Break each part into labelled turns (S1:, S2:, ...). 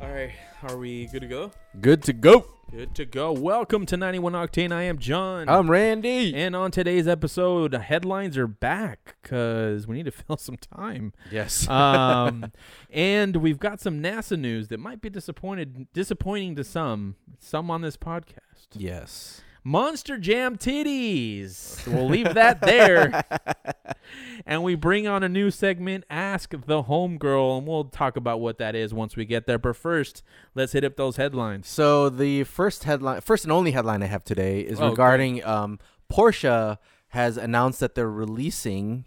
S1: All right, are we good to go?
S2: Good to go.
S1: Good to go. Welcome to 91 Octane. I am John.
S2: I'm Randy.
S1: and on today's episode, the headlines are back because we need to fill some time.
S2: Yes.
S1: Um, and we've got some NASA news that might be disappointed, disappointing to some, some on this podcast.
S2: yes.
S1: Monster Jam titties. We'll leave that there. and we bring on a new segment, Ask the Homegirl, and we'll talk about what that is once we get there. But first, let's hit up those headlines.
S2: So the first headline, first and only headline I have today is
S1: Oh, great.
S2: regarding um, Porsche has announced that they're releasing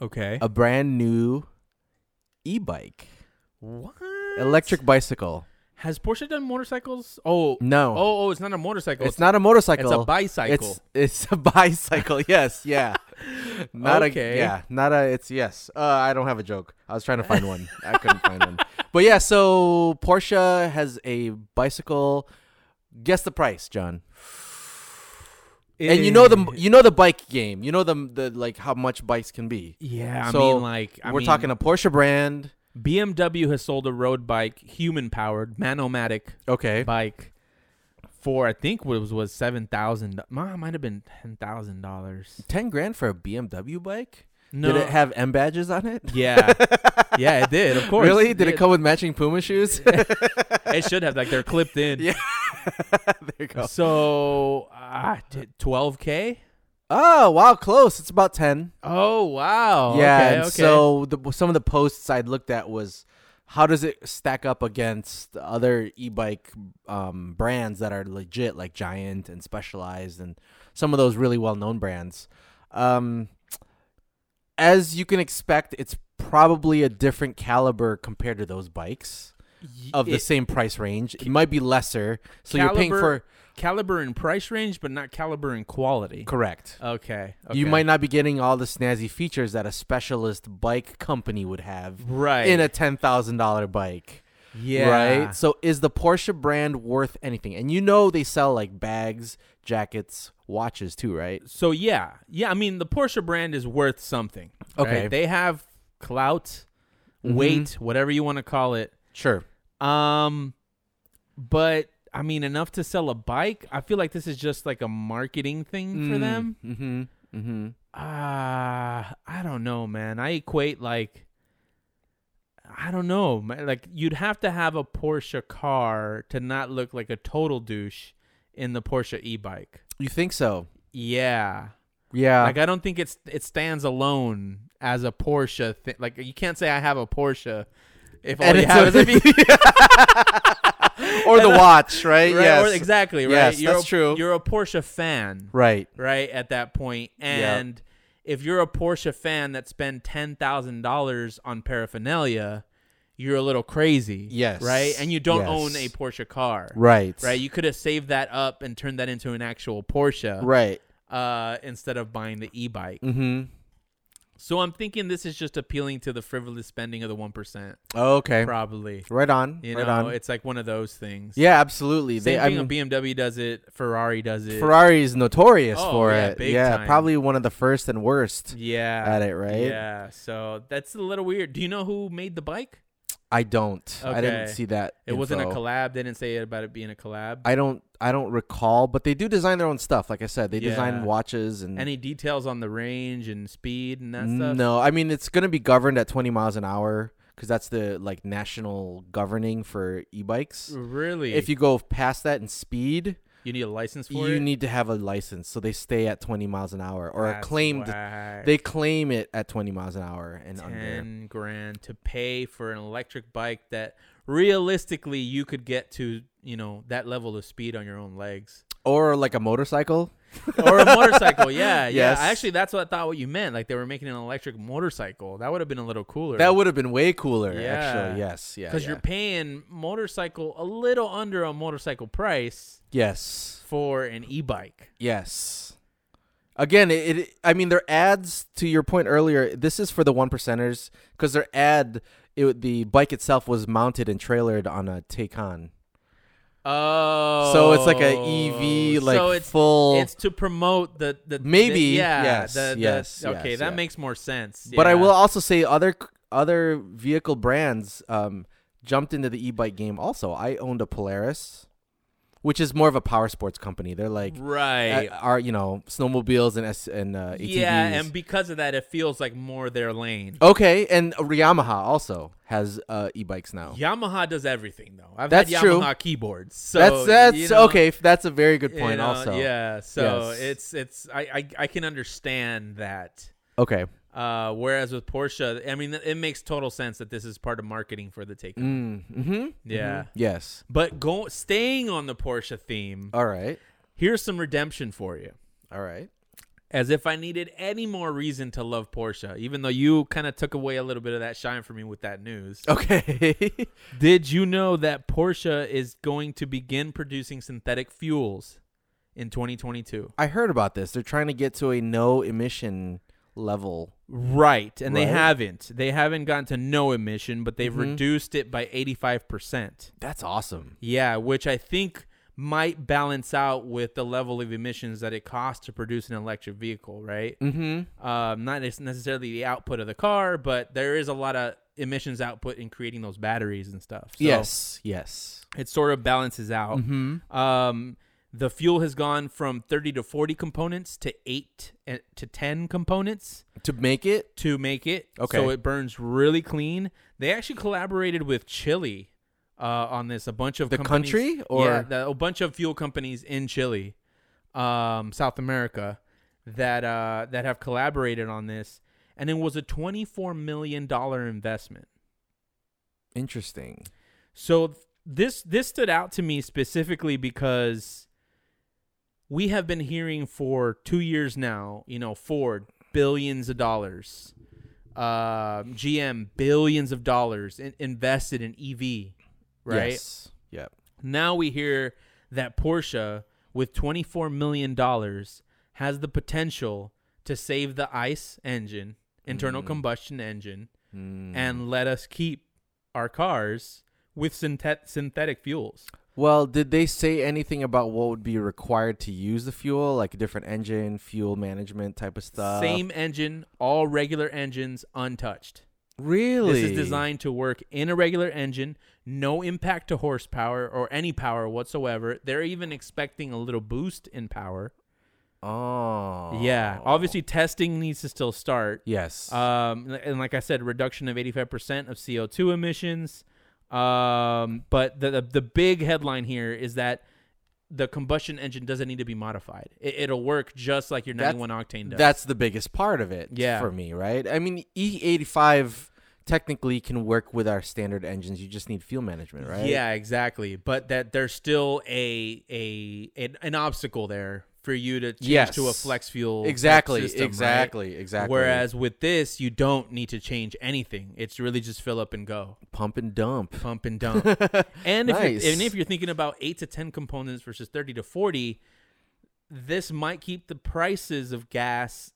S1: Okay.
S2: a brand new e-bike,
S1: what?
S2: electric bicycle.
S1: Has Porsche done motorcycles? Oh,
S2: No,
S1: oh, oh it's not a motorcycle.
S2: it's not a motorcycle.
S1: It's a bicycle.
S2: It's it's a bicycle. yes, yeah. Not
S1: Okay.
S2: a yeah, not a it's yes. Uh, I don't have a joke. I was trying to find one. I couldn't find one. But yeah, so Porsche has a bicycle. Guess the price, John. and you know the
S1: Eh.
S2: you know the bike game. You know the the like how much bikes can be.
S1: Yeah, I
S2: So,
S1: mean, like, I
S2: We're
S1: mean,
S2: talking a Porsche brand.
S1: BMW has sold a road bike, human powered, manomatic
S2: Okay.
S1: bike for I think what it was was seven thousand. Mine might have been ten thousand dollars.
S2: Ten grand for a BMW bike?
S1: No,
S2: Did it have M badges on it?
S1: yeah, yeah, it did. Of course,
S2: Really? Did it
S1: Yeah,
S2: come with matching Puma shoes?
S1: It should have like they're clipped in.
S2: Yeah. there you go.
S1: So, ah, twelve k.
S2: Oh wow, close. It's about ten.
S1: Oh wow.
S2: yeah.
S1: Okay,
S2: and
S1: okay.
S2: So the, some of the posts I looked at was how does it stack up against the other e-bike um, brands that are legit, like Giant and Specialized, and some of those really well-known brands. Um, as you can expect, it's probably a different caliber compared to those bikes
S1: Y-
S2: of the
S1: it-
S2: same price range. It might be lesser, so you're paying
S1: Caliber-
S2: for
S1: caliber in price range, but not caliber in quality.
S2: correct.
S1: Okay,
S2: You
S1: okay.
S2: might not be getting all the snazzy features that a specialist bike company would have
S1: right
S2: in a ten thousand dollar bike.
S1: yeah
S2: Right. So is the Porsche brand worth anything? And you know they sell like bags, jackets, watches too, right?
S1: So yeah, yeah. I mean, the Porsche brand is worth something.
S2: Okay.
S1: they have clout,
S2: Mhm.
S1: weight, whatever you want to call it.
S2: Sure.
S1: Um, but I mean, enough to sell a bike. I feel like this is just like a marketing thing for them.
S2: Mm-hmm. Mm-hmm.
S1: Ah, I don't know, man. I equate like. I don't know. man. Like you'd have to have a Porsche car to not look like a total douche in the Porsche e-bike.
S2: You think so?
S1: Yeah.
S2: Yeah.
S1: Like I don't think it's it stands alone as a Porsche thing. Like you can't say I have a Porsche if all
S2: And
S1: you
S2: it's
S1: have is
S2: a-
S1: a V-
S2: or the watch, right?
S1: right? Or-
S2: Yes.
S1: exactly. Right.
S2: Yes,
S1: you're
S2: that's
S1: a,
S2: true.
S1: You're a Porsche fan,
S2: right.
S1: right? At that point,
S2: Yeah.
S1: and if you're a Porsche fan that spend ten thousand dollars on paraphernalia, you're a little crazy.
S2: Yes.
S1: Right. And you don't
S2: Yes.
S1: own a Porsche car.
S2: Right.
S1: Right. You could have saved that up and turned that into an actual Porsche,
S2: Right.
S1: uh, instead of buying the e-bike.
S2: Mm-hmm.
S1: So I'm thinking this is just appealing to the frivolous spending of the one percent,
S2: Okay.
S1: probably.
S2: Right on.
S1: You
S2: right
S1: know,
S2: on.
S1: it's like one of those things.
S2: yeah, absolutely.
S1: Same
S2: they, I
S1: thing.
S2: mean,
S1: BMW does it. Ferrari does it.
S2: Ferrari is notorious
S1: Oh,
S2: for
S1: yeah,
S2: it.
S1: big
S2: yeah,
S1: time.
S2: probably one of the first and worst
S1: Yeah.
S2: at it, right?
S1: Yeah. So that's a little weird. Do you know who made the bike?
S2: I don't. I didn't
S1: Okay.
S2: see that.
S1: It wasn't a
S2: info.
S1: collab. They didn't say about it being a collab.
S2: I don't. I don't recall, but they do design their own stuff. Like I said, they
S1: Yeah.
S2: design watches and.
S1: Any details on the range and speed and that stuff?
S2: no, I mean it's gonna be governed at 20 miles an hour because that's the like national governing for e-bikes.
S1: Really?
S2: If you go past that in speed,
S1: you need a license for
S2: you
S1: it.
S2: need to have a license, so they stay at 20 miles an hour or
S1: That's
S2: claimed.
S1: whack.
S2: They claim it at 20 miles an hour and under.
S1: 10 grand to pay for an electric bike that realistically you could get to you know that level of speed on your own legs
S2: or like a motorcycle.
S1: or a motorcycle yeah
S2: Yes.
S1: yeah actually that's what i thought what you meant like they were making an electric motorcycle that would have been a little cooler
S2: That would have been way cooler,
S1: Yeah.
S2: actually. Yes, yeah.
S1: because
S2: yeah.
S1: you're paying motorcycle a little under a motorcycle price
S2: yes,
S1: for an e-bike
S2: yes. Again, it, it. I mean, their ads. To your point earlier, this is for the one percenters because their ad, it, would- the bike itself was mounted and trailered on a Taycan.
S1: oh
S2: So it's like a EV, like
S1: so it's
S2: full.
S1: it's to promote the the the-
S2: Maybe,
S1: yeah
S2: yes,
S1: the, the-
S2: yes,
S1: okay
S2: yes,
S1: that
S2: yeah.
S1: makes more sense
S2: But I
S1: yeah.
S2: will also say other other vehicle brands um, jumped into the e-bike game also. I owned a Polaris, which is more of a power sports company. They're like
S1: Right.
S2: uh, are you know snowmobiles and S- and uh, ATVs.
S1: yeah, and because of that, it feels like more their lane.
S2: okay, and Yamaha also has uh, e-bikes now.
S1: Yamaha does everything though. I've
S2: That's
S1: had
S2: true.
S1: Yamaha keyboards. So
S2: that's that's
S1: you know,
S2: okay. That's a very good
S1: you
S2: point.
S1: know,
S2: also,
S1: Yeah. So
S2: Yes.
S1: it's it's I, I I can understand that.
S2: Okay.
S1: Uh, whereas with Porsche, I mean, it makes total sense that this is part of marketing for the takeover.
S2: Mm, hmm
S1: Yeah.
S2: Yes.
S1: But go staying on the Porsche theme,
S2: All right.
S1: here's some redemption for you.
S2: All right.
S1: As if I needed any more reason to love Porsche, even though you kind of took away a little bit of that shine for me with that news.
S2: Oh. Okay.
S1: Did you know that Porsche is going to begin producing synthetic fuels in 2022?
S2: I heard about this. They're trying to get to a no emission level.
S1: Right, and they
S2: Right.
S1: haven't. They haven't gotten to no emission, but they've
S2: Mhm.
S1: reduced it by 85%.
S2: That's awesome.
S1: Yeah, which I think might balance out with the level of emissions that it costs to produce an electric vehicle, right?
S2: Mm-hmm.
S1: Um, not nec- necessarily the output of the car, but there is a lot of emissions output in creating those batteries and stuff. So
S2: yes. Yes.
S1: It sort of balances out.
S2: Mm-hmm.
S1: Um, the fuel has gone from 30 to 40 components to 8 and- to 10 components
S2: To make it.
S1: to make it. So
S2: Okay.
S1: it burns really clean. They actually collaborated with Chile uh, on this. A bunch of
S2: The
S1: companies-
S2: country, or-
S1: yeah, the- a bunch of fuel companies in Chile, um, South America, that uh, that have collaborated on this. And it was a twenty-four million dollar investment.
S2: Interesting.
S1: So th- this this stood out to me specifically because we have been hearing for two years now, you know, Ford billions of dollars, uh, GM billions of dollars in- invested in EV, right?
S2: Yes. Yep.
S1: Now we hear that Porsche with twenty four million dollars has the potential to save the ICE engine, internal
S2: Mm.
S1: combustion engine,
S2: Mm.
S1: and let us keep our cars with synthet- synthetic fuels.
S2: well, did they say anything about what would be required to use the fuel, like a different engine, fuel management type of stuff?
S1: Same engine, all regular engines untouched.
S2: Really?
S1: This is designed to work in a regular engine, no impact to horsepower or any power whatsoever. They're even expecting a little boost in power.
S2: Oh.
S1: Yeah, obviously testing needs to still start.
S2: Yes.
S1: Um, and like I said, reduction of 85% of CO2 emissions. Um, but the, the the big headline here is that the combustion engine doesn't need to be modified. It, it'll work just like your
S2: That's-
S1: 91 octane does.
S2: That's the biggest part of it
S1: Yeah.
S2: for me, right? I mean, E85 technically can work with our standard engines. You just need fuel management, right?
S1: Yeah, exactly. But that there's still a a an, an obstacle there for you to change
S2: Yes.
S1: to a flex fuel. type
S2: Exactly.
S1: system, right?
S2: exactly. Exactly.
S1: Whereas with this, you don't need to change anything. It's really just fill up and go,
S2: pump and dump.
S1: pump and dump. And if
S2: Nice.
S1: you're, and if you're thinking about eight to ten components versus thirty to forty, this might keep the prices of gas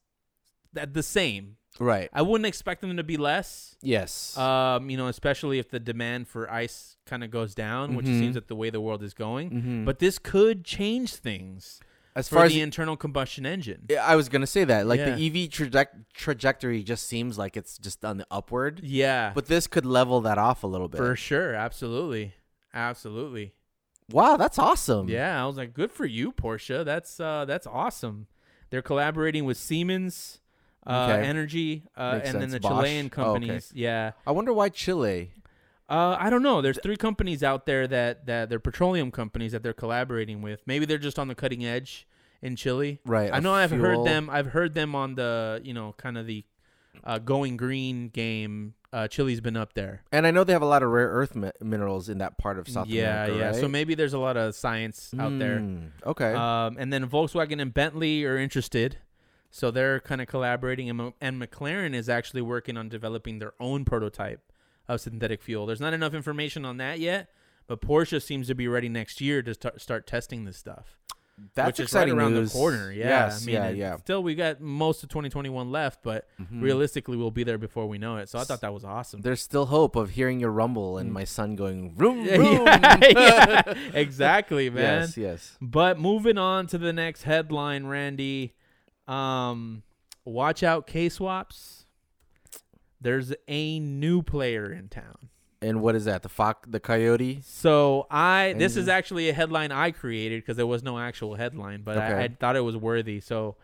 S1: at the same.
S2: right.
S1: I wouldn't expect them to be less.
S2: Yes.
S1: Um, you know, especially if the demand for ice kind of goes down, which
S2: Mhm.
S1: seems that the way the world is going.
S2: Mhm.
S1: But this could change things
S2: as
S1: for
S2: far as
S1: the internal combustion engine.
S2: Yeah, I was gonna say that, like the EV traje- trajectory just seems like it's just on the upward,
S1: yeah,
S2: but this could level that off a little bit.
S1: for sure, absolutely, absolutely.
S2: Wow, that's awesome.
S1: Yeah, I was like, good for you, Porsche. That's uh, that's awesome. They're collaborating with Siemens. Uh,
S2: Okay.
S1: Energy, uh,
S2: Makes
S1: and then
S2: sense.
S1: the
S2: Bosch?
S1: Chilean
S2: Oh, okay.
S1: companies. Yeah,
S2: I wonder why Chile.
S1: uh, I don't know. There's three companies out there that that they're petroleum companies that they're collaborating with. Maybe they're just on the cutting edge in Chile.
S2: Right.
S1: I
S2: a
S1: know I've
S2: fuel-
S1: heard them. I've heard them on the you know kind of the uh, going green game. Uh, Chile's been up there.
S2: and I know they have a lot of rare earth mi- minerals in that part of South
S1: yeah,
S2: America.
S1: yeah.
S2: right?
S1: So maybe there's a lot of science out there.
S2: Mm, Okay.
S1: Um, and then Volkswagen and Bentley are interested, so they're kind of collaborating. And, M- and McLaren is actually working on developing their own prototype of synthetic fuel. There's not enough information on that yet, but Porsche seems to be ready next year to tar- start testing this stuff.
S2: that's
S1: which is
S2: exciting
S1: right around
S2: news.
S1: the corner. Yeah,
S2: Yes.
S1: I mean,
S2: yeah.
S1: it-
S2: Yeah.
S1: Still, we got most of 2021 left, but
S2: Mhm.
S1: realistically, we'll be there before we know it. So I thought that was awesome.
S2: There's still hope of hearing your rumble and my son going room
S1: Mm. Yeah,
S2: room.
S1: yeah, exactly, man.
S2: yes. Yes.
S1: But moving on to the next headline, Randy. Um, watch out, K swaps. There's a new player in town.
S2: And what is that? The fox, the coyote.
S1: So I this is
S2: Mhm.
S1: actually a headline I created because there was no actual headline, but I,
S2: Okay.
S1: I thought it was worthy. So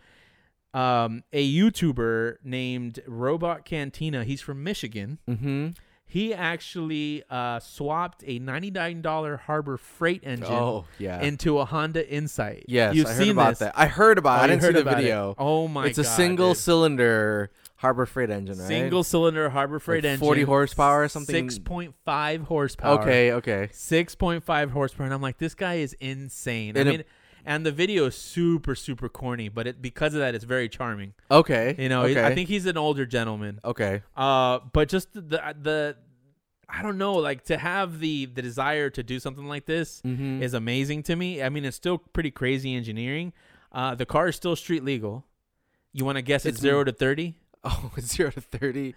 S1: um, a YouTuber named Robot Cantina, he's from Michigan.
S2: Mm-hmm.
S1: He actually uh, swapped a ninety-nine dollar Harbor Freight engine
S2: Oh yeah.
S1: into a Honda Insight.
S2: yes,
S1: you've
S2: I heard
S1: seen
S2: about
S1: this.
S2: that. I heard about. it.
S1: Oh,
S2: I
S1: you
S2: didn't see
S1: heard
S2: the
S1: about it.
S2: video.
S1: Oh my!
S2: it's a
S1: God,
S2: single
S1: dude.
S2: cylinder Harbor Freight engine, right?
S1: single cylinder Harbor Freight engine,
S2: 40 horsepower or something?
S1: six point five horsepower.
S2: Okay. Okay.
S1: six point five horsepower, and I'm like, this guy is insane.
S2: And
S1: I
S2: it-
S1: mean, and the video is super super corny, but it, because of that, it's very charming.
S2: Okay.
S1: You know, he-
S2: Okay.
S1: I think he's an older gentleman.
S2: Okay.
S1: Uh, but just the the I don't know, like to have the the desire to do something like this
S2: Mm-hmm.
S1: is amazing to me. I mean, it's still pretty crazy engineering. Uh, the car is still street legal. You want to guess it's,
S2: It's-
S1: zero to 30?
S2: Oh, zero to 30,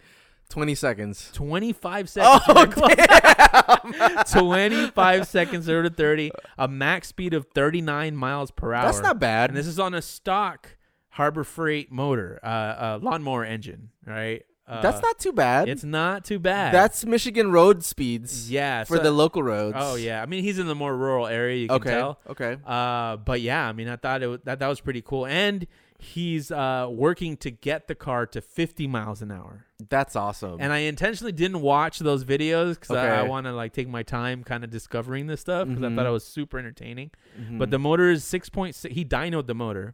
S2: 20 seconds.
S1: 25 seconds. You
S2: Oh,
S1: were close.
S2: damn.
S1: 25 seconds, 0 to 30, a max speed of 39 miles per hour.
S2: That's not bad.
S1: And this is on a stock Harbor Freight motor, uh, uh, lawnmower engine, right? Uh,
S2: That's not too bad.
S1: It's not too bad.
S2: That's Michigan road speeds
S1: yeah
S2: for
S1: so-
S2: the local roads.
S1: Oh yeah, I mean he's in the more rural area. You can
S2: Okay.
S1: tell.
S2: Okay.
S1: Uh, but yeah, I mean I thought it wa- that that was pretty cool, and he's uh working to get the car to 50 miles an hour.
S2: That's awesome.
S1: And I intentionally didn't watch those videos because I, I
S2: Okay.
S1: want to like take my time kind of discovering this stuff because I
S2: Mhm.
S1: thought it was super entertaining.
S2: Mhm.
S1: But the motor is 6.6. He dynoed the motor.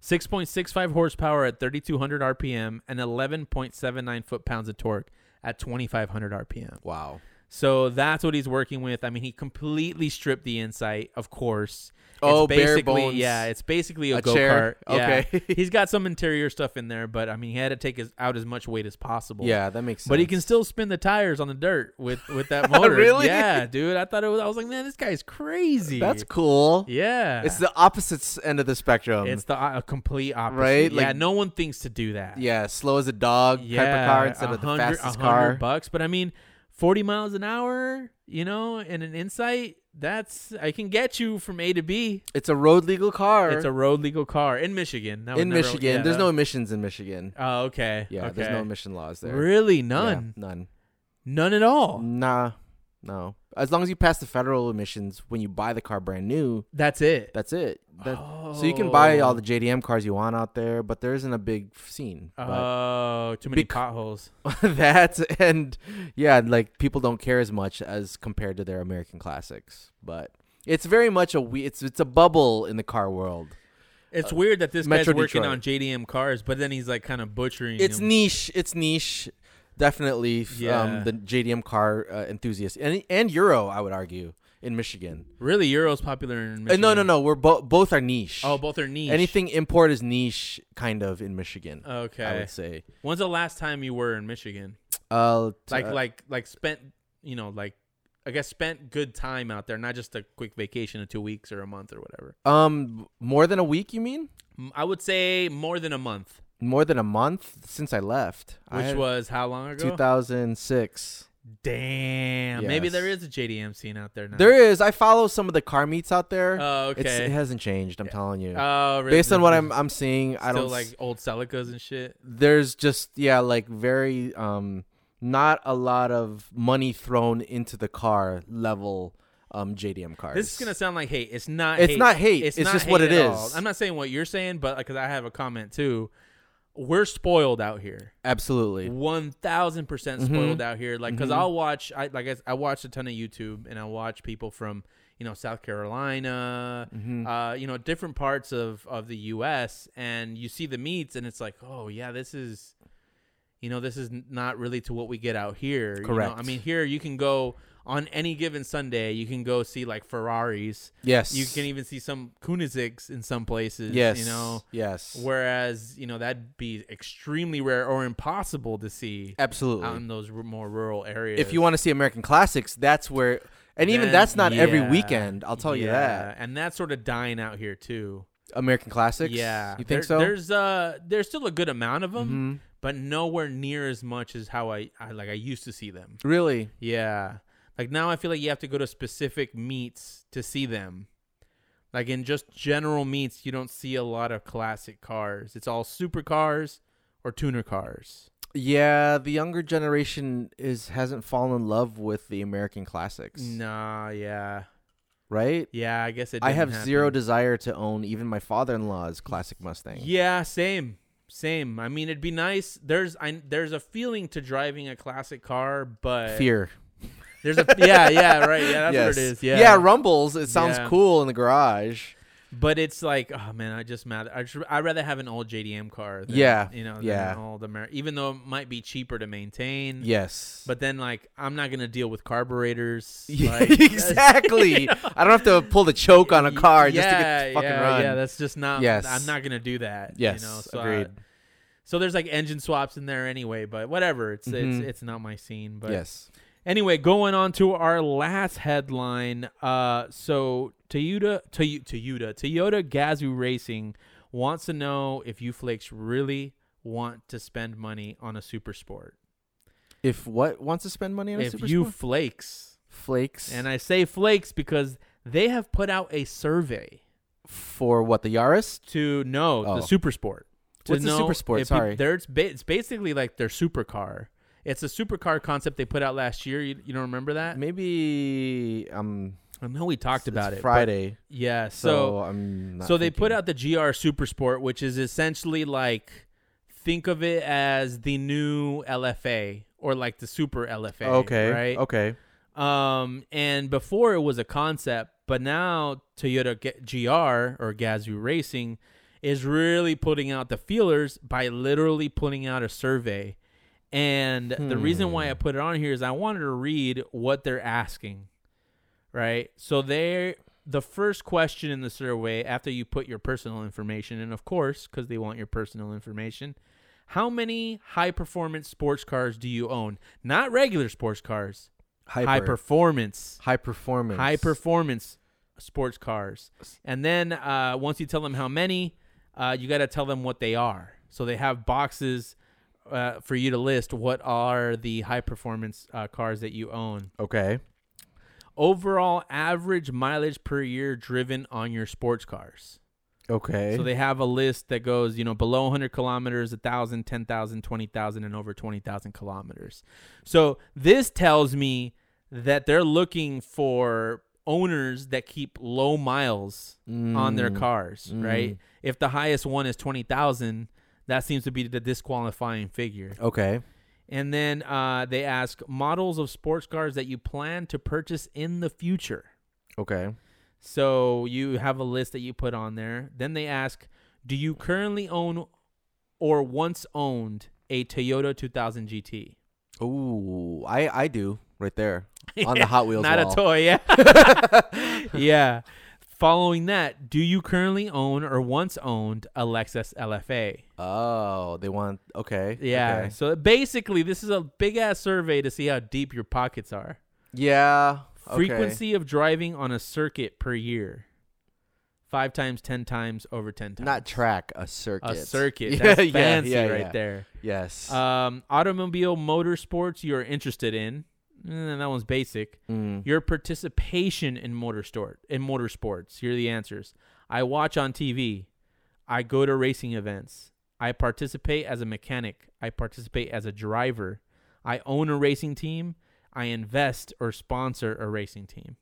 S1: 6.65 horsepower at 3,200 RPM and 11.79 foot pounds of torque at 2,500 RPM.
S2: wow.
S1: So that's what he's working with. I mean, he completely stripped the insight, of course.
S2: Oh,
S1: it's
S2: bare
S1: basically,
S2: bones.
S1: Yeah, it's basically a,
S2: A
S1: go kart.
S2: chair?
S1: Yeah.
S2: Okay.
S1: he's got some interior stuff in there, but I mean, he had to take his, out as much weight as possible.
S2: Yeah, that makes sense.
S1: But he can still spin the tires on the dirt with with that motor.
S2: Really?
S1: Yeah, dude. I thought it was. I was like, man, this guy's crazy.
S2: That's cool.
S1: yeah.
S2: It's the opposite s- end of the spectrum.
S1: It's the o- a complete opposite.
S2: Right?
S1: Yeah.
S2: Like-
S1: no one thinks to do that.
S2: yeah, slow as a dog type
S1: Yeah.
S2: of car instead
S1: a
S2: of the
S1: hundred- a
S2: fastest
S1: hundred
S2: car.
S1: bucks, but I mean, forty miles an hour. You know, in an insight, that's I can get you from A to B.
S2: It's a road legal car
S1: It's a road legal car in Michigan. That was
S2: in
S1: never-
S2: Michigan.
S1: yeah,
S2: there's
S1: that-
S2: no emissions in Michigan.
S1: Oh, okay.
S2: Yeah,
S1: okay.
S2: there's no emission laws there.
S1: Really,
S2: Yeah,
S1: none, Oh.
S2: none.
S1: none at all.
S2: Nah, no. As long as you pass the federal emissions when you buy the car brand new,
S1: That's it. Oh.
S2: that's it. That, So you can buy all the JDM cars you want out there, but there isn't a big scene. But
S1: Oh, too many
S2: Bec-
S1: potholes.
S2: that and yeah, like people don't care as much as compared to their American classics. But it's very much a we. It's it's a bubble in the car world.
S1: It's weird that this
S2: uh, Metro
S1: guy's working
S2: Detroit.
S1: on JDM cars, but then he's like kind of butchering.
S2: It's
S1: them.
S2: niche. It's niche. Definitely f-
S1: Yeah.
S2: um, the JDM car uh, enthusiast and and Euro. I would argue in Michigan.
S1: really Euro's popular in
S2: Uh,
S1: Michigan.
S2: no, no, no. We're both both are niche.
S1: Oh, both are niche.
S2: Anything import is niche, kind of in Michigan. I
S1: Okay.
S2: would say.
S1: When's the last time you were in Michigan?
S2: Uh, t-
S1: Like,
S2: uh,
S1: like, like spent. You know, like I guess spent good time out there, not just a quick vacation of two weeks or a month or whatever.
S2: um, more than a week. You mean
S1: M- I would say more than a month,
S2: more than a month since I left?
S1: which
S2: I,
S1: was how long ago?
S2: 2006.
S1: Damn. Maybe
S2: Yes.
S1: there is a JDM scene out there now.
S2: There is. I follow some of the car meets out there.
S1: Oh,
S2: It's, it
S1: okay.
S2: hasn't changed. I'm telling you.
S1: Oh, really?
S2: Based on what I'm I'm seeing, I
S1: Still
S2: don't
S1: like
S2: like.
S1: old Celicas and shit.
S2: There's just yeah, like very um, not a lot of money thrown into the car level um JDM cars.
S1: This is gonna sound like hate. It's not.
S2: It's
S1: hate.
S2: not hate. It's just what
S1: hate
S2: it
S1: at all.
S2: is.
S1: I'm not saying what you're saying, but because I have a comment too. We're spoiled out here.
S2: absolutely.
S1: One thousand percent
S2: Mm-hmm.
S1: spoiled out here. Like, because
S2: Mhm.
S1: I'll watch. I like. I, s- I watch a ton of YouTube, and I watch people from you know South Carolina,
S2: Mhm.
S1: uh, you know, different parts of of the U.S. And you see the meats, and it's like, oh yeah, this is, you know, this is n- not really to what we get out here. you know?
S2: Correct.
S1: I mean, here you can go on any given Sunday, you can go see like Ferraris.
S2: Yes.
S1: You can even see some Kuniziks in some places.
S2: Yes.
S1: You know,
S2: Yes.
S1: whereas, you know, that'd be extremely rare or impossible to see
S2: absolutely.
S1: out in those r- more rural areas.
S2: if you want to see American classics, that's where. And even
S1: Then,
S2: that's not every
S1: yeah,
S2: weekend. I'll tell you that.
S1: And that's sort of dying out here, too.
S2: American classics.
S1: Yeah.
S2: You think
S1: There-
S2: so?
S1: There's, uh, there's still a good amount of them,
S2: Mhm.
S1: but nowhere near as much as how I, I, like, I used to see them.
S2: Really?
S1: Yeah. Like now I feel like you have to go to specific meets to see them. Like in just general meets, you don't see a lot of classic cars. It's all supercars or tuner cars.
S2: Yeah, the younger generation is hasn't fallen in love with the American classics,
S1: Nah, yeah,
S2: right?
S1: yeah. I guess it.
S2: I
S1: didn't
S2: have zero
S1: happen.
S2: desire to own even my father-in-law's classic Mustang.
S1: Yeah, same, same. I mean, it'd be nice. There's, I there's a feeling to driving a classic car, but
S2: Fear.
S1: there's a yeah, yeah, right, yeah. That's
S2: yes.
S1: what it is. Yeah,
S2: Yeah, rumbles. It sounds
S1: Yeah.
S2: cool in the garage.
S1: But it's like, oh man, I just mad. I would rather have an old JDM car. Than,
S2: Yeah,
S1: you know,
S2: yeah.
S1: than an old American, even though it might be cheaper to maintain.
S2: Yes.
S1: But then, like, I'm not gonna deal with carburetors.
S2: Yeah,
S1: like,
S2: exactly. I don't have to pull the choke on a car just to get
S1: Yeah,
S2: the fucking
S1: yeah,
S2: run.
S1: Yeah, that's just not.
S2: Yes.
S1: I'm not gonna do that.
S2: yes,
S1: you know, so I-
S2: agreed.
S1: so there's like engine swaps in there anyway, but whatever. It's
S2: Mhm.
S1: it's it's not my scene. But
S2: yes.
S1: anyway, going on to our last headline. Uh, so Toyota, Toy- Toyota, Toyota Gazoo Racing wants to know if you flakes really want to spend money on a super sport.
S2: If what wants to spend money on a
S1: If
S2: super
S1: you
S2: sport?
S1: flakes,
S2: flakes
S1: and I say flakes because they have put out a survey
S2: for what the Yaris?
S1: to know
S2: Oh.
S1: the super sport. To
S2: What's the
S1: know
S2: super sport?
S1: if peop-
S2: Sorry.
S1: there- it's, ba- it's basically like their supercar. It's a supercar concept they put out last year. You, you don't remember that?
S2: Maybe um
S1: I know we talked
S2: it's
S1: about it. but-
S2: Friday.
S1: Yeah.
S2: So,
S1: So
S2: I'm not
S1: so they put
S2: thinking.
S1: out the GR Super Sport, which is essentially like think of it as the new LFA or like the super LFA.
S2: Okay.
S1: Right.
S2: Okay.
S1: Um, and before it was a concept, but now Toyota G- GR or Gazoo Racing is really putting out the feelers by literally putting out a survey. And the reason why I put it on here is I wanted to read what they're asking. Right? So they the first question in the survey after you put your personal information and of course cuz they want your personal information, how many high performance sports cars do you own? Not regular sports cars
S2: Hyper.
S1: high performance,
S2: high performance.
S1: high performance sports cars. And then uh, once you tell them how many, uh, you got to tell them what they are. So they have boxes uh, for you to list what are the high performance uh, cars that you own.
S2: Okay.
S1: Overall average mileage per year driven on your sports cars.
S2: Okay.
S1: So they have a list that goes, you know, below 100 kilometers, 1,000, 10,000, 20,000, and over 20,000 kilometers. So this tells me that they're looking for owners that keep low miles on their
S2: Mm.
S1: cars, right?
S2: Mm.
S1: If the highest one is 20,000, that seems to be the disqualifying figure.
S2: Okay.
S1: And then uh, they ask models of sports cars that you plan to purchase in the future.
S2: Okay.
S1: So you have a list that you put on there. Then they ask, do you currently own or once owned a Toyota 2000 GT?
S2: Ooh, I I do right there on the Hot Wheels
S1: Not
S2: wall.
S1: a toy, yeah. yeah. Following that, do you currently own or once owned a Lexus LFA?
S2: Oh, they want okay.
S1: Yeah.
S2: okay.
S1: So basically, this is a big ass survey to see how deep your pockets are.
S2: Yeah. okay.
S1: Frequency of driving on a circuit per year. Five times, ten times, over ten times.
S2: Not track, a circuit.
S1: a circuit. That's fancy right
S2: yeah.
S1: there.
S2: Yes.
S1: Um, automobile motorsports you're interested in. Eh, that one's basic.
S2: Mm.
S1: Your participation in motorsport in motorsports. Here are the answers. I watch on TV. I go to racing events. I participate as a mechanic. I participate as a driver. I own a racing team. I invest or sponsor a racing team.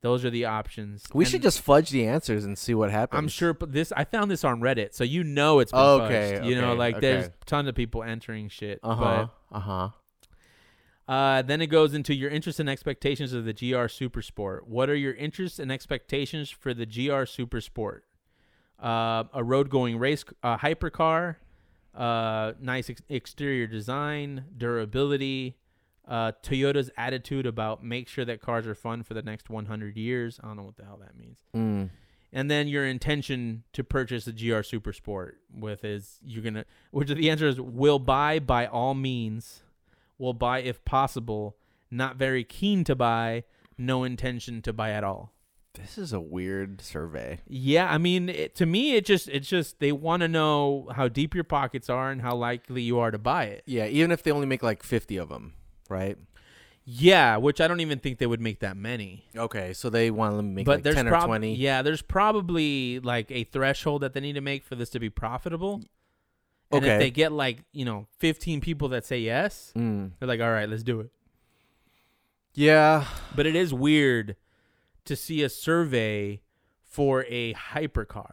S1: Those are the options.
S2: We
S1: And
S2: should just fudge the answers and see what happens.
S1: I'm sure p- this. I found this on Reddit, so you know it's been
S2: Okay,
S1: fudged. You know,
S2: okay,
S1: like there's
S2: okay.
S1: tons of people entering shit.
S2: Uh huh. Uh huh.
S1: But, uh, then it goes into your interests and expectations of the GR Super Sport. What are your interests and expectations for the GR Super Sport? Uh, a road-going race, c- a hypercar, uh, nice ex- exterior design, durability. Uh, Toyota's attitude about make sure that cars are fun for the next 100 years. I don't know what the hell that means.
S2: Mm.
S1: and then your intention to purchase a GR Super Sport with is you're gonna which the answer is will buy by all means, will buy if possible, not very keen to buy, no intention to buy at all.
S2: This is a weird survey.
S1: Yeah, I mean it, to me it just it's just they want to know how deep your pockets are and how likely you are to buy it.
S2: Yeah, even if they only make like 50 of them, right?
S1: Yeah, which I don't even think they would make that many.
S2: Okay, so they want to make
S1: but
S2: like
S1: there's
S2: 10
S1: prob-
S2: or 20.
S1: Yeah, there's probably like a threshold that they need to make for this to be profitable. And if
S2: Okay.
S1: they get like, you know, 15 people that say yes,
S2: Mm.
S1: they're like, all right, let's do it.
S2: Yeah.
S1: But it is weird to see a survey for a hypercar.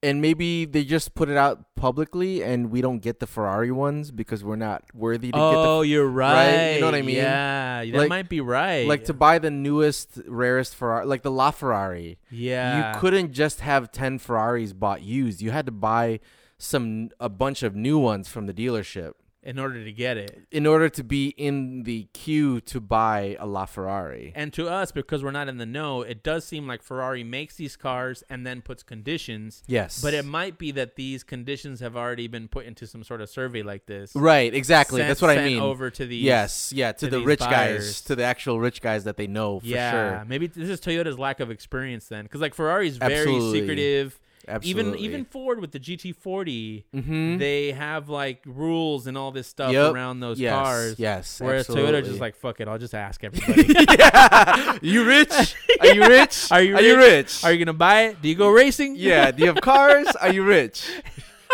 S2: and maybe they just put it out publicly and we don't get the Ferrari ones because we're not worthy to
S1: Oh, you're right.
S2: right? You know what I mean?
S1: Yeah, that
S2: Like-
S1: might be
S2: get
S1: right.
S2: the, like to buy the newest rarest Ferrari like the LaFerrari.
S1: yeah,
S2: You couldn't just have 10 Ferraris bought used. You had to buy some a bunch of new ones from the dealership
S1: in order to get it.
S2: in order to be in the queue to buy a LaFerrari.
S1: And to us, because we're not in the know, it does seem like Ferrari makes these cars and then puts conditions.
S2: Yes.
S1: But it might be that these conditions have already been put into some sort of survey like this.
S2: Right, exactly.
S1: Sent-
S2: That's what I
S1: sent
S2: mean.
S1: Over to these.
S2: yes, yeah, to,
S1: to
S2: the
S1: these
S2: rich
S1: buyers.
S2: guys, to the actual rich guys that they know for
S1: yeah.
S2: sure.
S1: Maybe this is Toyota's lack of experience then, because like Ferrari's very
S2: Absolutely.
S1: secretive.
S2: Absolutely.
S1: Even even Ford with the GT40,
S2: Mhm.
S1: they have like rules and all this stuff
S2: Yep.
S1: around those
S2: yes,
S1: cars.
S2: Yes.
S1: Whereas Toyota
S2: absolutely.
S1: just like fuck it, I'll just ask everybody.
S2: yeah. You rich? Are you rich?
S1: Are you
S2: Are you rich?
S1: Are you gonna buy it? Do you go racing?
S2: yeah. Do you have cars? Are you rich?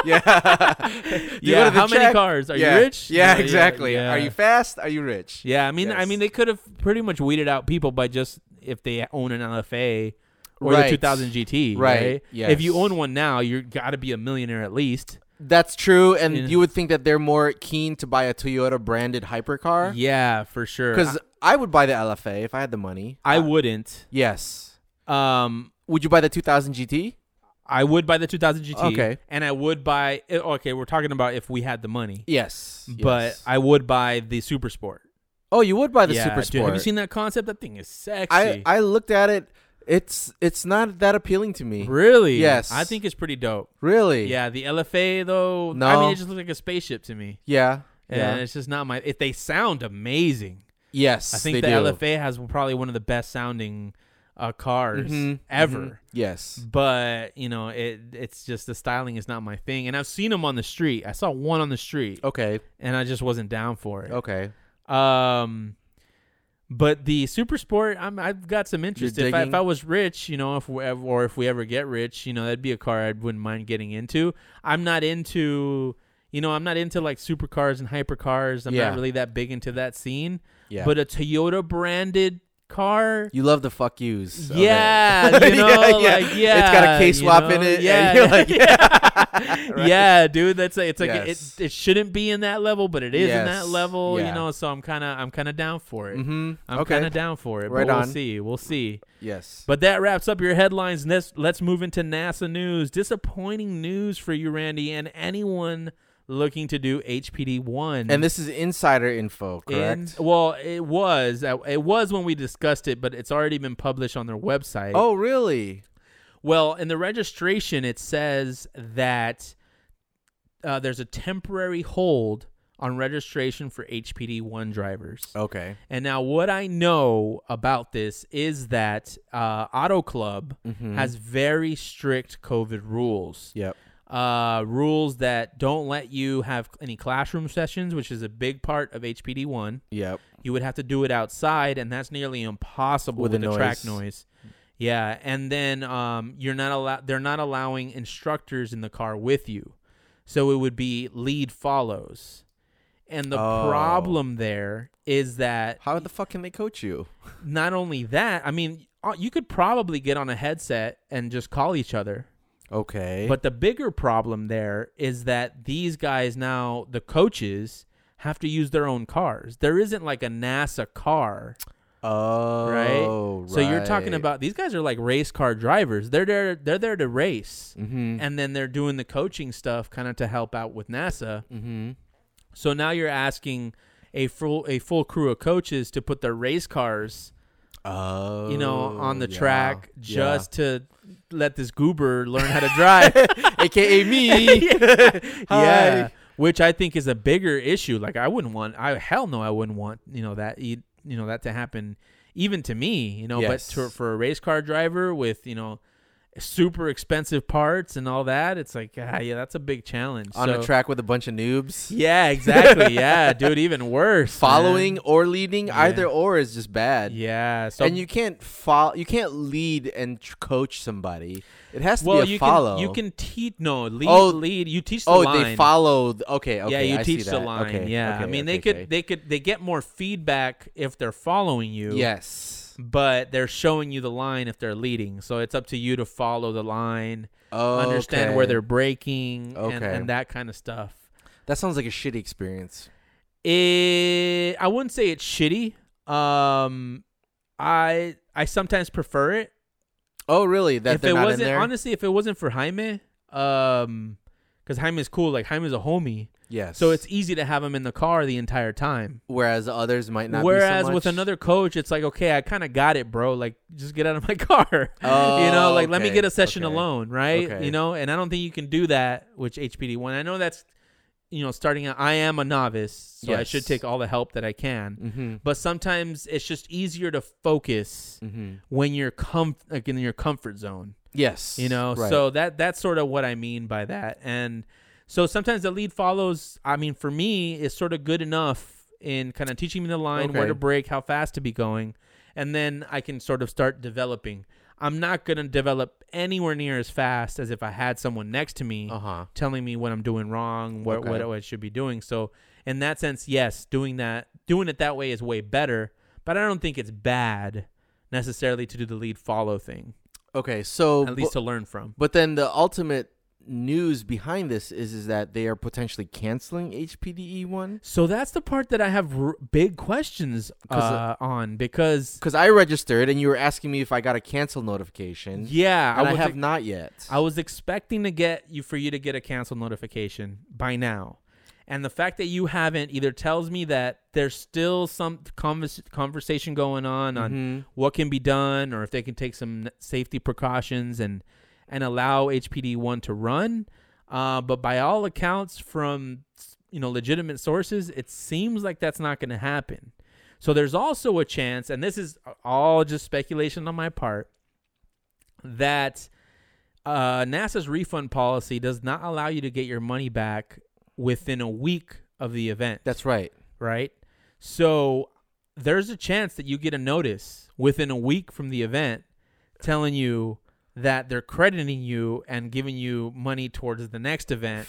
S2: Yeah. Do you
S1: yeah.
S2: go to the
S1: How many
S2: track?
S1: cars? Are
S2: yeah.
S1: you rich?
S2: Yeah,
S1: No,
S2: exactly.
S1: yeah.
S2: Are you fast? Are you rich?
S1: Yeah, I mean, I
S2: Yes.
S1: mean, they could have pretty much weeded out people by just if they own an LFA or the
S2: Right.
S1: 2000 GT,
S2: Right,
S1: right? If
S2: yes.
S1: you own one now, you got to be a millionaire at least.
S2: That's true. And
S1: Yeah.
S2: you would think that they're more keen to buy a Toyota branded hypercar.
S1: Yeah, for sure.
S2: Because I would buy the LFA if I had the money.
S1: I, I wouldn't.
S2: Yes.
S1: Um,
S2: Would you buy the 2000 GT?
S1: I would buy the 2000 GT.
S2: Okay.
S1: and I would buy. eh, Okay, we're talking about if we had the money,
S2: Yes.
S1: but
S2: yes.
S1: I would buy the Super Sport.
S2: oh, you would buy the
S1: yeah,
S2: Super
S1: dude,
S2: Sport.
S1: have you seen that concept? That thing is sexy.
S2: I I looked at it. It's it's not that appealing to me.
S1: really?
S2: Yes.
S1: I think it's pretty dope.
S2: Really?
S1: Yeah, the LFA though. I mean,
S2: No.
S1: it just looks like a spaceship to me.
S2: Yeah.
S1: and it's just not my. If they sound amazing,
S2: Yes.
S1: I think
S2: they
S1: the
S2: do.
S1: LFA has probably one of the best sounding uh, cars
S2: Mhm, mhm.
S1: ever.
S2: Yes.
S1: But you know, it it's just the styling is not my thing, and I've seen them on the street. I saw one on the street,
S2: Okay.
S1: and I just wasn't down for it.
S2: Okay.
S1: Um, but the super sport, I'm, I've got some interest. If I, if
S2: digging?
S1: I was rich, you know, if we ever, or if we ever get rich, you know, that'd be a car I wouldn't mind getting into. I'm not into, you know, I'm not into like supercars and hypercars. I'm
S2: Yeah.
S1: not really that big into that scene.
S2: Yeah.
S1: But a Toyota branded car.
S2: you love the fuck yous. of it.
S1: Yeah, you know, like,
S2: It's got
S1: yeah,
S2: a K
S1: you
S2: swap in
S1: know,
S2: it.
S1: yeah,
S2: and you're like,
S1: yeah.
S2: Right.
S1: Yeah, dude, that's like, it's like
S2: Yes.
S1: it, it shouldn't be in that level, but it is in
S2: Yes,
S1: that level,
S2: yeah.
S1: you know. So I'm kind of I'm kind of down for it.
S2: Mhm,
S1: I'm
S2: okay.
S1: kind of down for it.
S2: Right
S1: but
S2: on.
S1: We'll see. We'll see.
S2: yes.
S1: But that wraps up your headlines. Let's let's move into NASA news. Disappointing news for you, Randy, and anyone looking to do HPD one.
S2: and this is insider info, correct?
S1: well, it was uh, it was when we discussed it, but it's already been published on their website.
S2: oh, really?
S1: Well, in the registration, it says that uh, there's a temporary hold on registration for HPD 1 drivers.
S2: Okay.
S1: And now, what I know about this is that uh, Auto Club has very strict COVID rules
S2: Yep.
S1: uh, rules that don't let you have any classroom sessions, which is a big part of HPD 1.
S2: Yep.
S1: You would have to do it outside, and that's nearly impossible
S2: With
S1: with,
S2: the
S1: the track
S2: noise.
S1: noise. Yeah, and then um, you're not allow- They're not allowing instructors in the car with you, so it would be lead follows. And the
S2: Oh.
S1: problem there is that
S2: How the fuck can they coach you?
S1: not only that, I mean, uh, you could probably get on a headset and just call each other.
S2: Okay.
S1: But the bigger problem there is that these guys now, the coaches, have to use their own cars. There isn't like a NASA car,
S2: oh,
S1: right? So you're talking
S2: right.
S1: about these guys are like race car drivers. They're there. They're there to race,
S2: Mhm.
S1: and then they're doing the coaching stuff kind of to help out with NASA.
S2: Mhm.
S1: So now you're asking a full a full crew of coaches to put their race cars,
S2: Oh,
S1: you know, on the
S2: yeah,
S1: track
S2: yeah.
S1: just to let this goober learn how to drive.
S2: aka me.
S1: yeah
S2: Hi.
S1: which i think is a bigger issue like i wouldn't want i hell no i wouldn't want you know that you, you know that to happen even to me you know
S2: Yes.
S1: but to, for a race car driver with you know super expensive parts and all that. It's like, ah, yeah, that's a big challenge.
S2: on
S1: So-
S2: a track with a bunch of noobs.
S1: Yeah, exactly. Yeah, dude, even worse.
S2: Following
S1: man.
S2: or leading,
S1: Yeah.
S2: either or is just bad.
S1: Yeah. So
S2: and you can't follow. You can't lead and tr- coach somebody. It has to
S1: well,
S2: be a
S1: you
S2: follow.
S1: can you can teach no lead
S2: Oh,
S1: lead you teach the
S2: Oh,
S1: line.
S2: they followed. Okay, okay.
S1: yeah, you
S2: I see
S1: teach the
S2: that.
S1: line.
S2: Okay,
S1: yeah, I
S2: okay,
S1: mean they
S2: okay,
S1: could
S2: okay.
S1: they could they get more feedback if they're following you.
S2: Yes.
S1: but they're showing you the line if they're leading. So it's up to you to follow the line,
S2: Oh,
S1: understand where they're breaking, and,
S2: Okay.
S1: and that kind of stuff.
S2: That sounds like a shitty experience.
S1: It, I wouldn't say it's shitty. Um, I I sometimes prefer it.
S2: Oh, really? That
S1: if
S2: they're
S1: it
S2: not
S1: wasn't
S2: in there.
S1: honestly, if it wasn't for Jaime, um, because Jaime's cool. Like Jaime's a homie,
S2: yes.
S1: so it's easy to have him in the car the entire time.
S2: whereas others might not. be so
S1: Whereas with
S2: much.
S1: another coach, it's like, okay, I kind of got it, bro. Like, just get out of my car. you know,
S2: Oh,
S1: like let me
S2: okay,
S1: get a session
S2: okay.
S1: alone, right?
S2: Okay.
S1: You know, and I don't think you can do that with HPD one. I know that's, you know, starting out. I am a novice, so I should
S2: Yes.
S1: take all the help that I can.
S2: Mhm.
S1: But sometimes it's just easier to focus
S2: Mhm.
S1: when you're com- like in your comfort zone.
S2: Yes.
S1: You know,
S2: Right.
S1: so that that's sort of what I mean by that. And so sometimes the lead follows. I mean, for me, is sort of good enough in kind of teaching me the line, where
S2: Okay.
S1: to break, how fast to be going, and then I can sort of start developing. I'm not gonna develop anywhere near as fast as if I had someone next to me
S2: Uh huh.
S1: telling me what I'm doing wrong, what what,
S2: Okay.
S1: what I should be doing. So in that sense, yes, doing that doing it that way is way better. But I don't think it's bad necessarily to do the lead follow thing,
S2: Okay. So
S1: at least
S2: bu-
S1: to learn from.
S2: but then the ultimate news behind this is is that they are potentially canceling HPDE E one.
S1: So that's the part that I have r- big questions
S2: 'Cause,
S1: uh, on because
S2: Because I registered and you were asking me if I got a cancel notification.
S1: yeah,
S2: and
S1: I
S2: I,
S1: was
S2: have
S1: ex-
S2: not yet.
S1: I was expecting to get you for you to get a cancel notification by now. And the fact that you haven't either tells me that there's still some convers- conversation going on on
S2: Mhm.
S1: what can be done or if they can take some safety precautions and and allow HPD one to run. Uh, but by all accounts, from you know legitimate sources, it seems like that's not going to happen. So there's also a chance, and this is all just speculation on my part, that uh, NASA's refund policy does not allow you to get your money back within a week of the event
S2: That's right.
S1: right? So there's a chance that you get a notice within a week from the event telling you that they're crediting you and giving you money towards the next event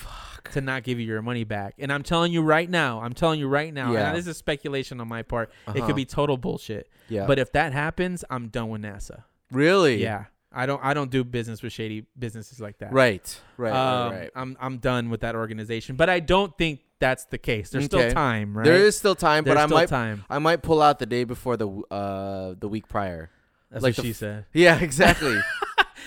S1: to not give you your money back. And I'm telling you right now, I'm telling you right now,
S2: Yeah.
S1: and this is speculation on my part. It
S2: Uh-huh.
S1: could be total bullshit.
S2: Yeah.
S1: But if that happens, I'm done with NASA.
S2: really?
S1: Yeah. I don't I don't do business with shady businesses like that.
S2: Right. Right.
S1: Um,
S2: right. right.
S1: I'm I'm done with that organization. But I don't think that's the case. There's still
S2: Okay.
S1: time, right?
S2: There is still time,
S1: There's
S2: but I
S1: still
S2: might
S1: time.
S2: I might pull out the day before the w- uh the week prior.
S1: That's
S2: Like
S1: what
S2: the
S1: she
S2: f-
S1: said.
S2: Yeah, exactly.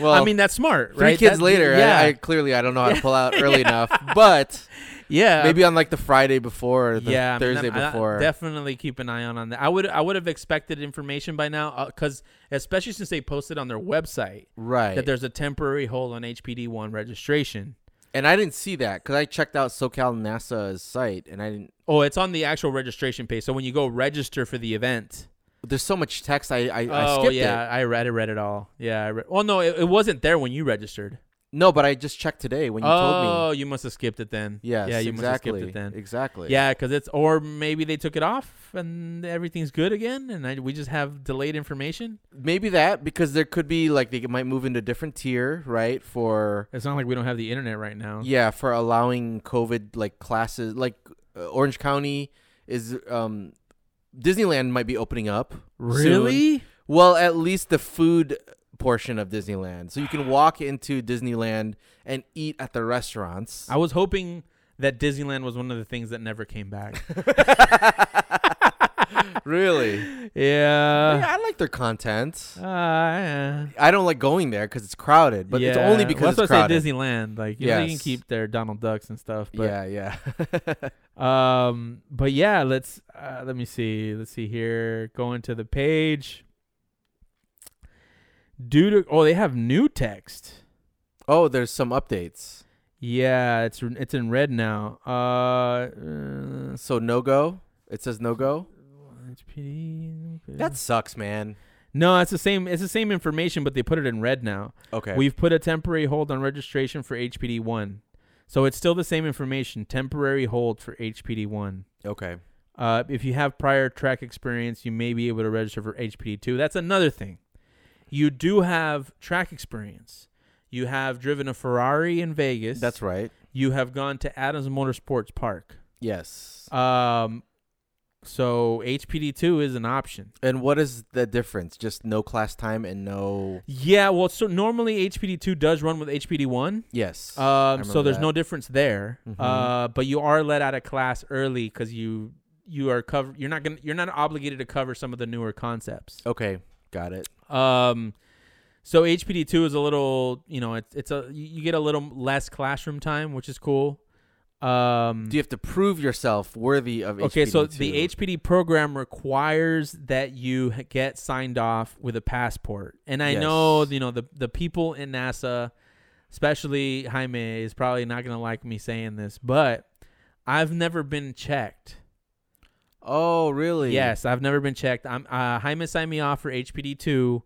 S2: well,
S1: I mean, that's smart,
S2: three
S1: right?
S2: kids
S1: That-
S2: later. I-
S1: yeah,
S2: I, clearly I don't know how to pull out early enough, but
S1: yeah,
S2: maybe on like the Friday before or the
S1: yeah. I mean,
S2: Thursday
S1: I- I
S2: before.
S1: definitely keep an eye on on that. I would, I would have expected information by now, because especially since they posted on their website that
S2: right.
S1: there's a temporary hold on HPD one registration.
S2: And I didn't see that cuz I checked out SoCal NASA's site and I didn't
S1: Oh, it's on the actual registration page. So when you go register for the event,
S2: there's so much text I I, I
S1: oh
S2: skipped
S1: yeah,
S2: it.
S1: I read it, read it all. Yeah, I read, well, no, it, it wasn't there when you registered.
S2: No, but I just checked today when you
S1: oh,
S2: told me.
S1: you must have skipped it then.
S2: Yes,
S1: yeah, you must have
S2: exactly.
S1: skipped it then.
S2: Exactly.
S1: Yeah, because it's or maybe they took it off and everything's good again, and I, we just have delayed information.
S2: Maybe that because there could be like they might move into different tier, right? For
S1: It's not like we don't have the internet right now.
S2: yeah, for allowing COVID like classes, like uh, Orange County is um Disneyland might be opening up. soon. Well, at least the food portion of Disneyland. So you can walk into Disneyland and eat at the restaurants.
S1: I was hoping that Disneyland was one of the things that never came back.
S2: really?
S1: yeah.
S2: yeah, I like their content.
S1: Uh, yeah.
S2: I don't like going there because it's crowded, but it's only
S1: Yeah.
S2: because
S1: Well, that's
S2: it's
S1: why I
S2: crowded.
S1: say Disneyland. Like you know, they can
S2: Yes.
S1: keep their Donald Ducks and stuff. But
S2: yeah, yeah.
S1: Um, but yeah, let's uh, let me see. Let's see here. Going to the page. Due to oh, they have new text.
S2: oh, there's some updates.
S1: Yeah, it's it's in red now. Uh, uh
S2: So no go. It says no go.
S1: HPD.
S2: That sucks, man.
S1: No, it's the same. It's the same information, but they put it in red now.
S2: Okay.
S1: We've put a temporary hold on registration for HPD one, so it's still the same information. Temporary hold for HPD one.
S2: okay.
S1: Uh, if you have prior track experience, you may be able to register for HPD two. That's another thing. You do have track experience. You have driven a Ferrari in Vegas.
S2: That's right.
S1: You have gone to Adams Motorsports Park.
S2: Yes.
S1: Um, so HPD two is an option.
S2: and what is the difference? Just no class time and no.
S1: Yeah, well, so normally HPD two does run with HPD one,
S2: Yes.
S1: um,
S2: remember
S1: so there's
S2: that.
S1: no difference there.
S2: Mhm.
S1: Uh, but you are let out of class early because you you are cover you're not gonna you're not obligated to cover some of the newer concepts.
S2: okay. Got it.
S1: Um, so HPD two is a little you know it's it's a you you get a little less classroom time, which is cool. Um,
S2: Do you have to prove yourself worthy of?
S1: Okay, so the
S2: HPD2?
S1: HPD program requires that you h- get signed off with a passport. And I know,
S2: Yes.
S1: you know, the the people in NASA, especially Jaime, is probably not gonna like me saying this, but I've never been checked.
S2: Oh, really?
S1: Yes, I've never been checked. I'm uh, Jaime signed me off for HPD two,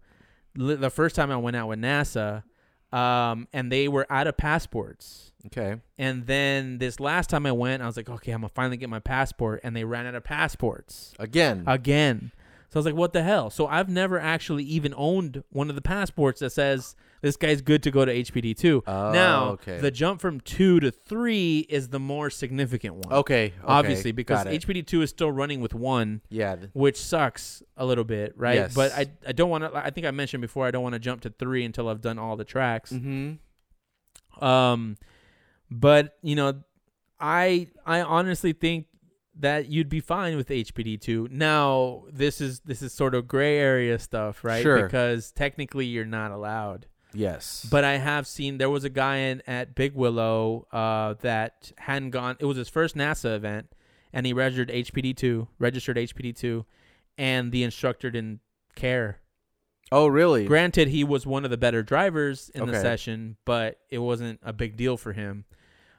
S1: li- the first time I went out with NASA, um, and they were out of passports.
S2: Okay.
S1: And then this last time I went, I was like, okay, I'm gonna finally get my passport, and they ran out of passports
S2: Again.
S1: Uh, again. So I was like, what the hell? So I've never actually even owned one of the passports that says this guy's good to go to HPD two.
S2: Oh,
S1: now
S2: okay.
S1: the jump from two to three is the more significant one.
S2: okay, okay,
S1: Obviously, because
S2: got it.
S1: HPD two is still running with one,
S2: Yeah. th-
S1: which sucks a little bit, right?
S2: Yes.
S1: But I I don't want to. I think I mentioned before I don't want to jump to three until I've done all the tracks.
S2: Mhm.
S1: Um, but you know, I I honestly think that you'd be fine with HPD two. Now this is this is sort of gray area stuff, right?
S2: Sure.
S1: Because technically you're not allowed.
S2: Yes.
S1: But I have seen there was a guy in at Big Willow uh, that hadn't gone. It was his first NASA event, and he registered HPD two, registered HPD two, and the instructor didn't care.
S2: oh, really?
S1: Granted, he was one of the better drivers in the
S2: Okay.
S1: session, but it wasn't a big deal for him.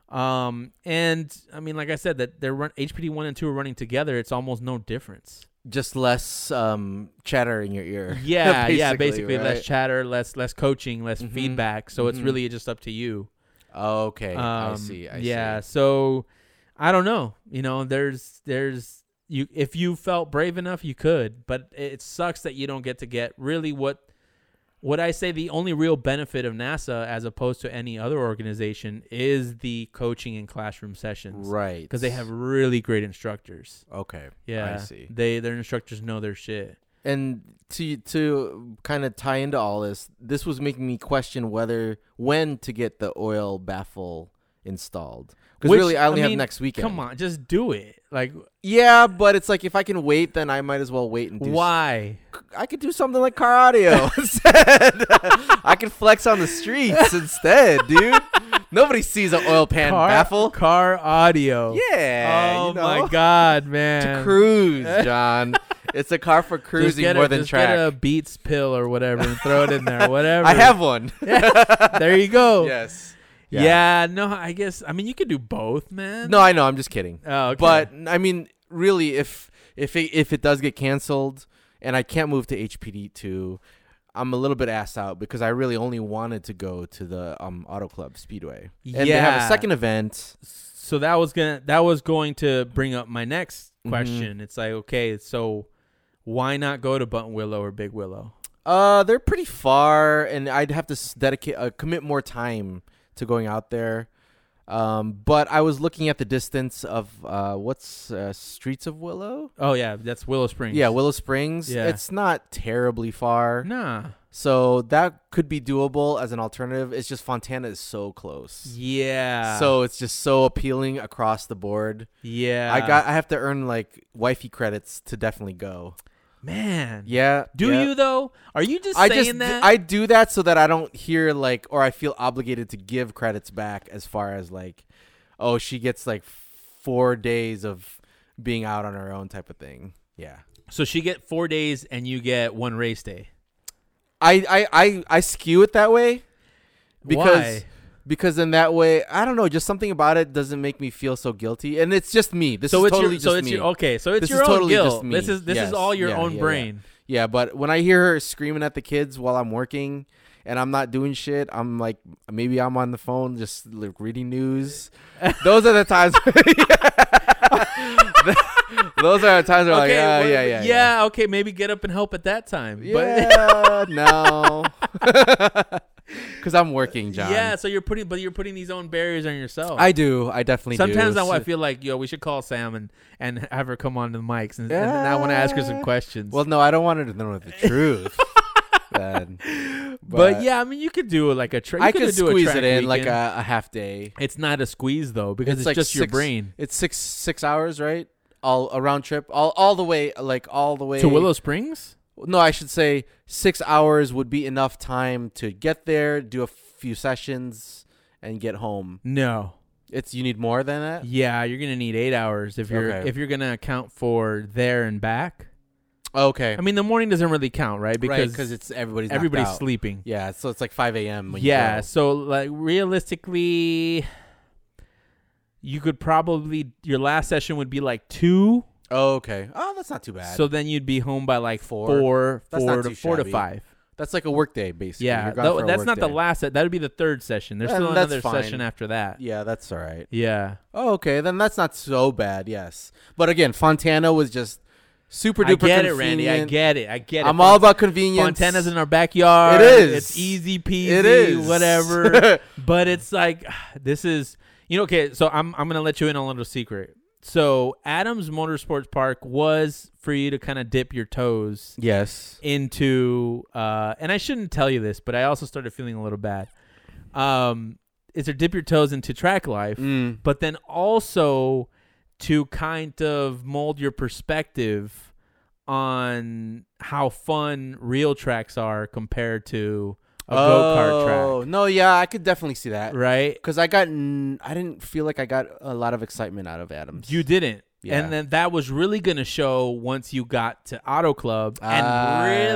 S1: Um, and I mean, like I said, that they're run- HPD one and two are running together. It's almost no difference.
S2: Just less um chatter in your ear.
S1: Yeah, yeah. Basically,
S2: right?
S1: less chatter, less less coaching, less
S2: Mhm,
S1: feedback. So it's
S2: mhm.
S1: really just up to you.
S2: Okay, I
S1: Um,
S2: see. I
S1: yeah.
S2: see.
S1: So I don't know. You know, there's there's you if you felt brave enough, you could. But it sucks that you don't get to get really what what I say the only real benefit of NASA as opposed to any other organization is the coaching and classroom sessions.
S2: Right.
S1: Because they have really great instructors.
S2: Okay.
S1: Yeah.
S2: I see.
S1: They their instructors know their shit.
S2: And to to kind of tie into all this, this was making me question whether when to get the oil baffle installed. Because
S1: Which,
S2: really, I only
S1: I
S2: have
S1: mean,
S2: next weekend.
S1: Come on, just do it. Like
S2: Yeah, but it's like if I can wait, then I might as well wait and do.
S1: why?
S2: I could do something like car audio instead. I could flex on the streets instead, dude. Nobody sees an oil pan
S1: car,
S2: baffle.
S1: car audio.
S2: Yeah.
S1: Oh
S2: you know.
S1: my god, man.
S2: To cruise, John. it's a car for
S1: Just
S2: cruising
S1: get a-
S2: more than
S1: just get a
S2: track.
S1: Beats pill or whatever and throw it in there. Whatever.
S2: I have one.
S1: There you go.
S2: yes.
S1: Oh. Yeah. No, I guess. I mean, you could do both, man.
S2: No, I know. I'm just kidding.
S1: Oh, okay.
S2: But I mean, really, if if it, if it does get canceled and I can't move to HPD two, I'm a little bit ass out because I really only wanted to go to the um Auto Club Speedway, and they have a
S1: Yeah.
S2: second event.
S1: so that was gonna that was going to bring up my next
S2: Mm-hmm.
S1: question. It's like, okay, so why not go to Button Willow or Big Willow?
S2: Uh, they're pretty far, and I'd have to s- dedicate uh, commit more time to going out there. Um, but I was looking at the distance of uh, what's uh, Streets of Willow?
S1: Oh yeah, that's Willow Springs.
S2: Yeah, Willow Springs.
S1: Yeah.
S2: It's not terribly far.
S1: Nah.
S2: So that could be doable as an alternative. It's just Fontana is so close.
S1: Yeah.
S2: So it's just so appealing across the board.
S1: yeah,
S2: I got I have to earn like wifey credits to definitely go.
S1: man.
S2: Yeah.
S1: Do
S2: yeah.
S1: you though? Are you just
S2: I
S1: saying
S2: just
S1: that?
S2: I do that so that I don't hear like or I feel obligated to give credits back as far as like oh she gets like 4 days of being out on her own type of thing. Yeah.
S1: so she get four days and you get one race day.
S2: I I I, I skew it that way because
S1: Why?
S2: because then that way I don't know, just something about it doesn't make me feel so guilty, and it's just me. This
S1: So
S2: is
S1: it's
S2: totally
S1: your,
S2: just
S1: so it's
S2: me.
S1: your okay. So it's
S2: This
S1: your
S2: is
S1: own
S2: totally
S1: guilt.
S2: just me.
S1: This is this
S2: Yes.
S1: is all your
S2: Yeah,
S1: own
S2: yeah, yeah.
S1: brain.
S2: Yeah, but when I hear her screaming at the kids while I'm working and I'm not doing shit, I'm like, maybe I'm on the phone just like reading news. Those are the times. Those are the times where I'm
S1: Okay,
S2: like, oh,
S1: well,
S2: yeah, yeah, yeah.
S1: Okay, maybe get up and help at that time. But
S2: Yeah, no. Because I'm working, John.
S1: yeah, so you're putting but you're putting these own barriers on yourself.
S2: I do. I definitely
S1: Oh. Sometimes
S2: do.
S1: I, I feel like yo, we should call Sam and, and have her come on the mics, and, and then I want to ask her some
S2: Yeah.
S1: questions.
S2: Well, no, I don't want her to know the truth. then.
S1: but, yeah, I mean, you could do like a track.
S2: I could
S1: do a
S2: squeeze
S1: track
S2: it in like
S1: weekend.
S2: a, a half day.
S1: It's not a squeeze though, because it's,
S2: like
S1: just your
S2: six-
S1: brain.
S2: It's six six hours, right? All a round trip, all all the way, like all the way
S1: To Willow Springs,
S2: No, I should say six hours would be enough time to get there, do a few sessions, and get home.
S1: no.
S2: It's you need more than that.
S1: Yeah, you're gonna need eight hours if you're
S2: Okay.
S1: if you're gonna account for there and back.
S2: Okay,
S1: I mean, the morning doesn't really count, right?
S2: because
S1: Because
S2: because it's everybody's knocked
S1: everybody's
S2: out.
S1: sleeping.
S2: Yeah, so it's like five a.m. when you
S1: Yeah,
S2: go.
S1: so like realistically, you could probably your last session would be like two.
S2: Oh, okay. Oh, that's not too bad. So
S1: So then you'd be home by like
S2: Four.
S1: four, four,
S2: That's not
S1: to
S2: too
S1: four to
S2: shabby.
S1: five.
S2: that's like a work day, basically.
S1: Yeah,
S2: You're gone
S1: tho-
S2: for a
S1: that's
S2: work
S1: not the
S2: day.
S1: last. se- That would be the third session. There's
S2: And
S1: still
S2: that's
S1: another
S2: fine.
S1: session after that.
S2: Yeah, that's all right.
S1: Yeah,
S2: Oh, okay, then that's not so bad. Yes, but again, Fontana was just super duper.
S1: I get it, Randy. I
S2: convenient.
S1: get it. I get it.
S2: I'm all about convenience.
S1: Fontana's in our backyard.
S2: It is.
S1: It's easy peasy.
S2: It is.
S1: whatever. but it's like this is you know. Okay, so I'm I'm gonna let you in on a little secret. So Adams Motorsports Park was for you to kind of dip your toes
S2: yes.
S1: into, uh, and I shouldn't tell you this, but I also started feeling a little bad. Um, is to dip your toes into track life,
S2: Mm.
S1: but then also to kind of mold your perspective on how fun real tracks are compared to a go
S2: Oh, No, yeah, I could definitely see that.
S1: kart track, right?
S2: Because I got, n- I didn't feel like I got a lot of excitement out of Adams.
S1: You didn't.
S2: Yeah.
S1: And then that was really going to show once you got to Auto Club and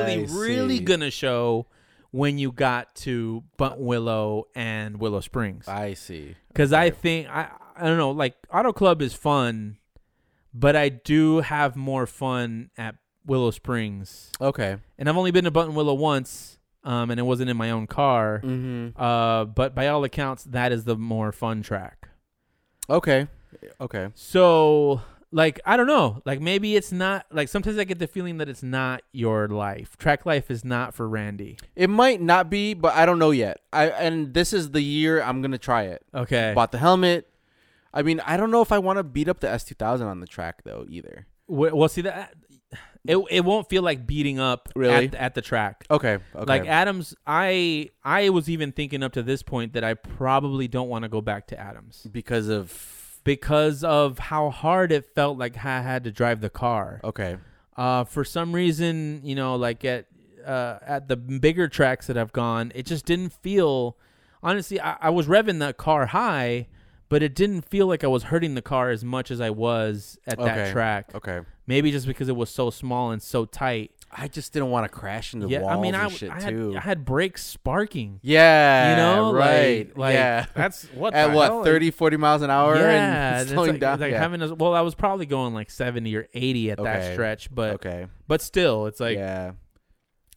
S1: really,
S2: I
S1: really
S2: see.
S1: going to show when you got to Bunt Willow and Willow Springs.
S2: I see.
S1: Because I think I I don't know, like Auto Club is fun, but I do have more fun at Willow Springs.
S2: Okay.
S1: And I've only been to Button Willow once, um, and it wasn't in my own car.
S2: Mm-hmm.
S1: Uh, but by all accounts, that is the more fun track.
S2: Okay. Okay.
S1: So like I don't know, like maybe it's not like sometimes I get the feeling that it's not your life. Track life is not for Randy.
S2: It might not be, but I don't know yet. I and this is the year I'm gonna try it.
S1: Okay.
S2: Bought the helmet. I mean, I don't know if I want to beat up the S2000 on the track though either.
S1: Wh- Well, see that it it won't feel like beating up
S2: Really?
S1: at, at the track.
S2: Okay. Okay.
S1: Like Adams, I I was even thinking up to this point that I probably don't want to go back to Adams
S2: because of.
S1: because of how hard it felt like I had to drive the car.
S2: Okay.
S1: Uh, for some reason, you know, like at uh, at the bigger tracks that I've gone, it just didn't feel. Honestly, I, I was revving that car high, but it didn't feel like I was hurting the car as much as I was at
S2: Okay.
S1: that track.
S2: Okay.
S1: Maybe just because it was so small and so tight.
S2: I just didn't want to crash into
S1: Yeah,
S2: walls
S1: I mean,
S2: and
S1: I,
S2: shit
S1: I, had,
S2: too.
S1: I had brakes sparking.
S2: Yeah,
S1: You know,
S2: right?
S1: Like, like,
S2: yeah,
S1: that's what
S2: at
S1: the
S2: what
S1: hell?
S2: 30, 40 miles an hour
S1: Yeah,
S2: and
S1: it's
S2: slowing
S1: like,
S2: down.
S1: Like
S2: yeah.
S1: having a, well, I was probably going like seventy or eighty at
S2: Okay.
S1: that stretch, but
S2: okay,
S1: but still, it's like
S2: yeah,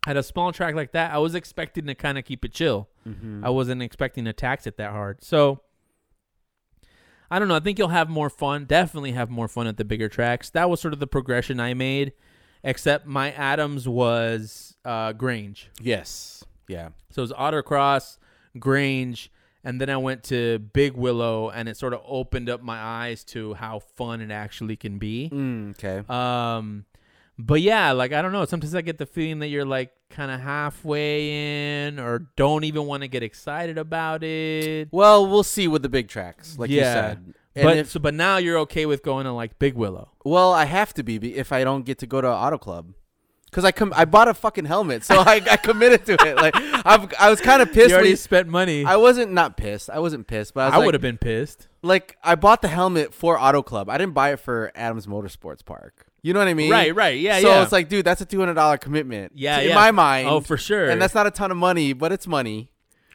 S1: at a small track like that, I was expecting to kind of keep it chill.
S2: Mhm.
S1: I wasn't expecting to tax it that hard. So I don't know. I think you'll have more fun. Definitely have more fun at the bigger tracks. That was sort of the progression I made, except my Adams was uh, Grange.
S2: yes, yeah,
S1: So it was Autocross, Grange, and then I went to Big Willow, and it sort of opened up my eyes to how fun it actually can be.
S2: mm, okay,
S1: Um, but yeah, like I don't know. Sometimes I get the feeling that you're like kind of halfway in, or don't even want to get excited about it.
S2: well, we'll see with the big tracks, like you
S1: Yeah,
S2: said. And
S1: but
S2: if,
S1: so, but now you're okay with going to like Big Willow.
S2: well, I have to be be- if I don't get to go to Auto Club. Cause I com- I bought a fucking helmet, so I, I committed to it. Like I've, I was kind of
S1: You
S2: pissed.
S1: already
S2: when-
S1: spent money. I,
S2: I wasn't not pissed. I wasn't pissed, but I, was like,
S1: would have been pissed.
S2: like I bought the helmet for Auto Club. I didn't buy it for Adams Motorsports Park. You know what I mean?
S1: Right, right, yeah,
S2: so
S1: yeah.
S2: it's like, dude, that's a two hundred dollar commitment.
S1: Yeah,
S2: in
S1: yeah.
S2: my mind.
S1: Oh, for sure.
S2: And that's not a ton of money, but it's money.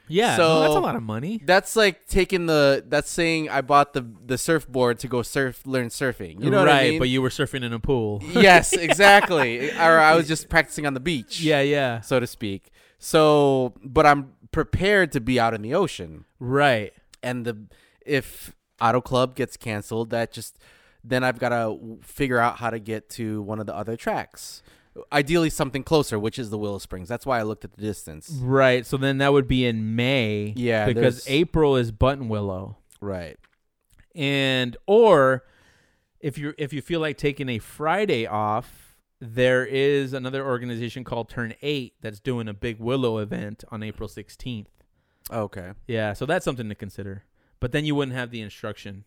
S1: Yeah, no, that's a
S2: So-
S1: lot of money.
S2: That's like taking the that's saying I bought the the surfboard to go surf learn surfing. You know
S1: right,
S2: what I mean?
S1: but you were surfing in a pool.
S2: yes, exactly. or I was just practicing on the beach.
S1: yeah, yeah.
S2: So to speak. So but I'm prepared to be out in the ocean.
S1: Right.
S2: And the if Auto Club gets canceled, that just then I've got to figure out how to get to one of the other tracks. Ideally something closer, which is the Willow Springs. That's why I looked at the distance.
S1: Right. So then that would be in May.
S2: Yeah,
S1: Because
S2: there's-
S1: April is button willow.
S2: Right.
S1: And or if you if you feel like taking a Friday off, there is another organization called Turn 8 that's doing a big willow event on April 16th.
S2: Okay.
S1: Yeah, so that's something to consider. But then you wouldn't have the instruction.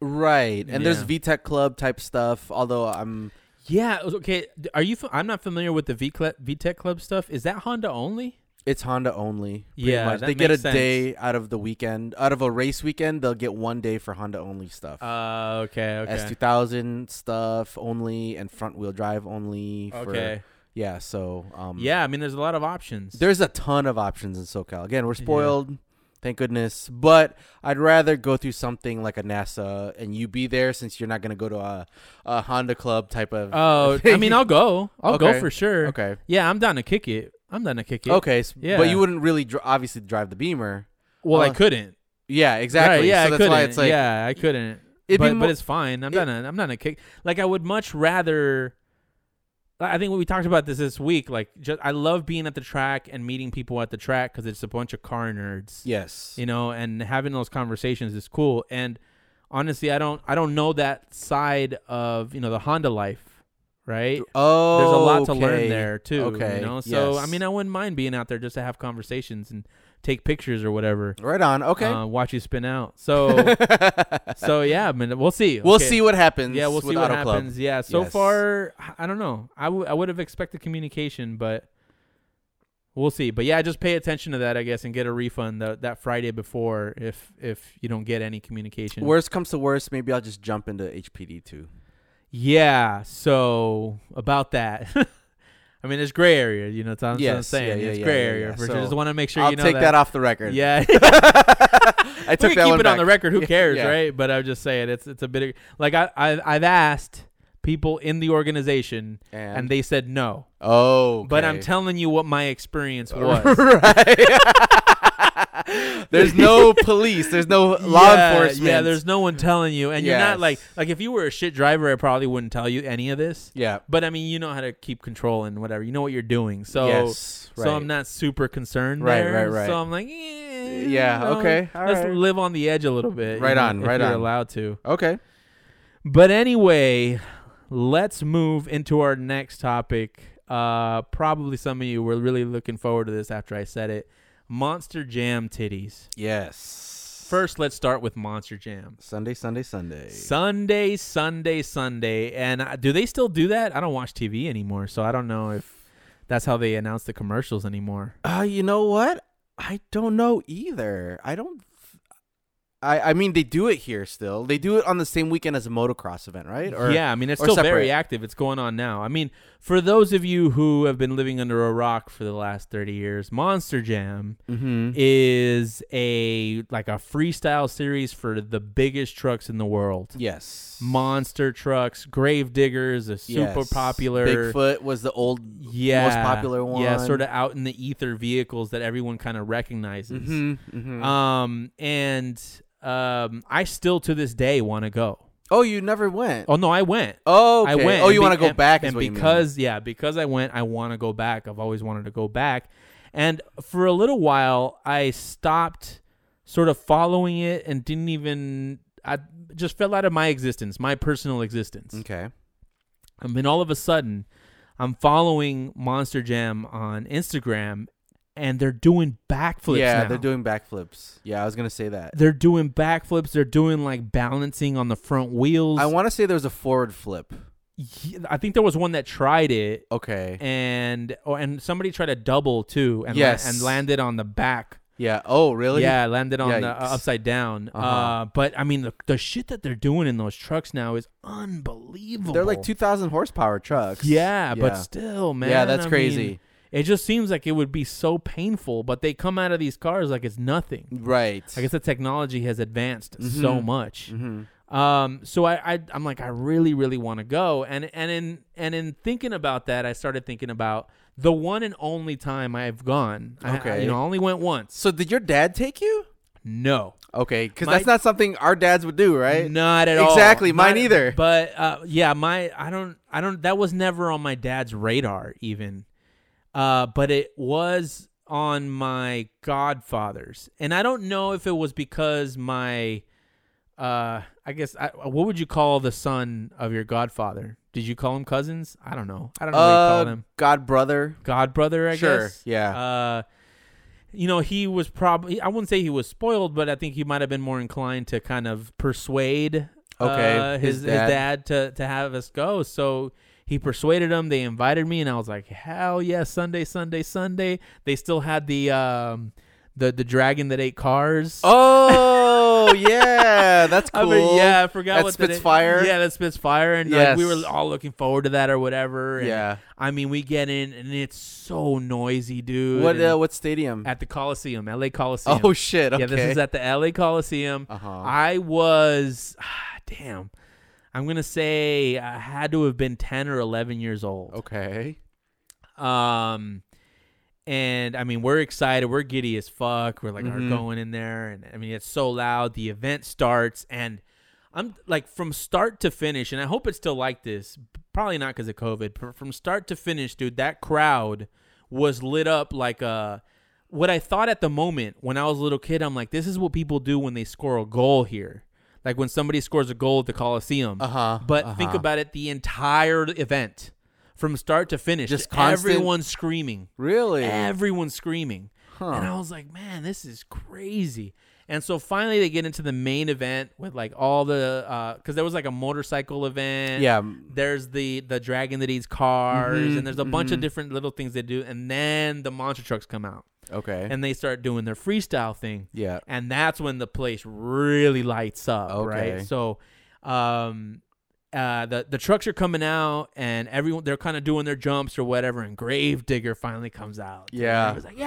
S2: Right. And there's
S1: Yeah.
S2: VTech Club type stuff, although I'm
S1: Yeah, okay. d- Are you fa- I'm not familiar with the V VTech Club stuff. Is that Honda only?
S2: It's Honda only. pretty
S1: Yeah,
S2: much.
S1: that
S2: they get a
S1: makes sense.
S2: day out of the weekend, out of a race weekend. They'll get one day for Honda only stuff.
S1: Uh okay, okay.
S2: S two thousand stuff only and front wheel drive only. For,
S1: okay.
S2: Yeah. So. Um,
S1: Yeah, I mean there's a lot of options.
S2: There's a ton of options in SoCal. Again, we're
S1: Yeah.
S2: spoiled. Thank goodness. But I'd rather go through something like a NASA and you be there since you're not going to go to a, a Honda Club type of.
S1: Oh, I mean, I'll go. I'll go
S2: Okay.
S1: for sure.
S2: okay.
S1: Yeah, I'm down to kick it. I'm down to kick it.
S2: Okay. s-
S1: Yeah.
S2: But you wouldn't really dr- obviously drive the Beamer.
S1: Well, I
S2: Uh,
S1: couldn't.
S2: Yeah,
S1: Right,
S2: exactly.
S1: yeah,
S2: so
S1: I
S2: that's
S1: couldn't.
S2: why it's like
S1: yeah, I couldn't.
S2: it'd
S1: but,
S2: be
S1: but
S2: mo-
S1: it's fine. I'm
S2: it-
S1: not. A, I'm not a kick. Like I would much rather. I think we talked about this this week. Like, just I love being at the track and meeting people at the track because it's a bunch of car nerds.
S2: Yes.
S1: you know and having those conversations is cool and honestly i don't i don't know that side of you know the honda life right
S2: oh,
S1: there's a lot to
S2: okay.
S1: learn there too
S2: Okay,
S1: you know so i
S2: yes.
S1: mean i wouldn't mind being out there just to have conversations and take pictures or whatever
S2: Right on. Okay.
S1: uh, watch you spin out so so yeah I mean, we'll see
S2: we'll
S1: Okay.
S2: see what happens.
S1: yeah we'll see
S2: with
S1: what
S2: Auto Club.
S1: happens yeah so
S2: Yes.
S1: far I- i don't know i, w- I would have expected communication but we'll see but yeah just pay attention to that i guess and get a refund tha- that friday before if if you don't get any communication
S2: Worst comes to worst, maybe I'll just jump into HPD too.
S1: yeah so about that i mean it's gray area you know that's what i'm,
S2: Yes, yeah,
S1: saying
S2: yeah,
S1: it's
S2: yeah,
S1: gray
S2: yeah,
S1: area
S2: yeah.
S1: for sure
S2: So
S1: just want to make sure
S2: I'll
S1: you know
S2: take that. off the record.
S1: yeah
S2: I took
S1: we
S2: that
S1: can keep
S2: one
S1: it on the
S2: back.
S1: record. Who cares,
S2: Yeah.
S1: right? But I'm just saying it's it's a bit of, like I, I I've asked people in the organization
S2: And,
S1: and they said no.
S2: oh,
S1: But I'm
S2: okay.
S1: telling you what my experience was.
S2: right. there's no police. There's no law
S1: Yeah,
S2: enforcement.
S1: Yeah, there's no one telling you, and you're not
S2: Yes.
S1: like like if you were a shit driver, I probably wouldn't tell you any of this.
S2: yeah.
S1: But I mean, you know how to keep control and whatever. You know what you're doing, so
S2: yes, right.
S1: so I'm not super concerned.
S2: Right,
S1: there.
S2: right, right.
S1: So I'm like, eh,
S2: Yeah,
S1: you know,
S2: okay, all
S1: Let's
S2: right.
S1: live on the edge a little bit. you
S2: Right
S1: know,
S2: on,
S1: if
S2: right
S1: you're
S2: on.
S1: Allowed to.
S2: okay.
S1: But anyway, let's move into our next topic. Uh, probably some of you were really looking forward to this after I said it. Monster Jam titties.
S2: Yes.
S1: First, let's start with Monster Jam.
S2: Sunday, Sunday, Sunday.
S1: Sunday, Sunday, Sunday. And uh, do they still do that? I don't watch TV anymore, so I don't know if that's how they announce the commercials anymore.
S2: Uh, you know what? I don't know either. I don't. I I mean, they do it here still. They do it on the same weekend as a motocross event, right?
S1: yeah, I mean it's
S2: or
S1: still very
S2: separate.
S1: active. It's going on now. I mean, for those of you who have been living under a rock for the last 30 years, Monster Jam
S2: Mm-hmm.
S1: is a like a freestyle series for the biggest trucks in the world.
S2: Yes.
S1: Monster trucks, grave diggers, is
S2: Yes.
S1: super popular.
S2: Bigfoot was the old.
S1: yeah,
S2: popular
S1: Yeah,
S2: one.
S1: sort of out in the ether vehicles that everyone kind of recognizes.
S2: mhm.
S1: Um, and um, I still to this day want to go.
S2: oh, you never went.
S1: Oh no, I went.
S2: Oh, okay.
S1: I went.
S2: Oh,
S1: and
S2: you
S1: be-
S2: want to go
S1: and-
S2: back? is
S1: And
S2: what you mean.
S1: because yeah, because I went, I want to go back. I've always wanted to go back, and for a little while, I stopped sort of following it and didn't even. I just fell out of my existence, my personal existence.
S2: Okay.
S1: And then all of a sudden, I'm following Monster Jam on Instagram, and they're doing backflips.
S2: yeah,
S1: now.
S2: they're doing backflips. Yeah, I was gonna say that.
S1: They're doing backflips. They're doing like balancing on the front wheels.
S2: I want to say there was a forward flip.
S1: Yeah, I think there was one that tried it,
S2: Okay.
S1: and oh, and somebody tried a double too, and la-
S2: Yes.
S1: and landed on the back.
S2: Yeah. Oh, really?
S1: Yeah, landed on the, uh,
S2: Yikes.
S1: upside down. uh
S2: Uh-huh.
S1: but I mean, the, the shit that they're doing in those trucks now is unbelievable.
S2: They're like two thousand horsepower trucks.
S1: Yeah, but
S2: Yeah.
S1: still, man.
S2: yeah, that's
S1: I mean,
S2: crazy.
S1: It just seems like it would be so painful, but they come out of these cars like it's nothing.
S2: Right.
S1: I guess the technology has advanced so
S2: Mhm.
S1: much.
S2: Mm-hmm.
S1: Um, so I, I I'm like I really really want to go, and and in and in thinking about that, I started thinking about the one and only time I've gone. I- I-
S2: Okay.
S1: you know, I only went once.
S2: So did your dad take you?
S1: No,
S2: Okay, because
S1: My-
S2: that's not something our dads would do, right?
S1: not at all.
S2: Exactly, mine
S1: Not-
S2: either.
S1: But uh, yeah, my I don't I don't that was never on my dad's radar even, uh, but it was on my godfather's, and I don't know if it was because my. Uh, I guess I, what would you call the son of your godfather? Did you call him cousins? I don't know. I don't know what you
S2: Uh,
S1: called him.
S2: God brother.
S1: Godbrother, I
S2: sure.
S1: guess.
S2: Yeah.
S1: Uh, you know, he was probably, I wouldn't say he was spoiled, but I think he might have been more inclined to kind of persuade
S2: Okay,
S1: uh, his,
S2: his
S1: his
S2: dad.
S1: dad, to, to have us go. So he persuaded him. They invited me, and I was like, hell yeah, Sunday, Sunday, Sunday. They still had the. Um, the, the dragon that ate cars.
S2: oh yeah, that's
S1: I
S2: cool.
S1: mean, yeah, I forgot
S2: That
S1: what the name-
S2: Spitfire?
S1: Yeah, that Spitfire, and like we
S2: Yes.
S1: were all looking forward to that or whatever. and,
S2: Yeah.
S1: I mean, we get in and it's so noisy, dude.
S2: What
S1: and-
S2: uh, what stadium?
S1: at the Coliseum, LA Coliseum.
S2: Oh shit. Okay.
S1: yeah, this is at the LA Coliseum.
S2: Uh-huh.
S1: I was, damn, I'm gonna say I had to have been 10 or 11 years old.
S2: okay.
S1: Um, and I mean, we're excited. We're giddy as fuck. We're like, are
S2: Mhm.
S1: going in there, and I mean, it's so loud. The event starts, and I'm like, from start to finish, and I hope it's still like this. Probably not because of COVID, but from start to finish, dude, that crowd was lit up like a. What I thought at the moment when I was a little kid, I'm like, this is what people do when they score a goal here. Like when somebody scores a goal at the Coliseum.
S2: Uh-huh,
S1: But think about it the entire event from start to finish.
S2: Just constant-
S1: everyone screaming.
S2: Really?
S1: Everyone screaming. And I was like, man, this is crazy. And so finally they get into the main event with like all the because there was like a motorcycle event.
S2: Yeah. Mm-hmm,
S1: There's the the dragon that eats cars, and there's a bunch of different little things they do, and then the monster trucks come out
S2: Okay.
S1: and they start doing their freestyle thing
S2: yeah.
S1: and that's when the place really lights up,
S2: Okay.
S1: right? So, um, uh, the the trucks are coming out, and everyone they're kind of doing their jumps or whatever, and Gravedigger finally comes out. dude, and
S2: Yeah.
S1: everyone's like,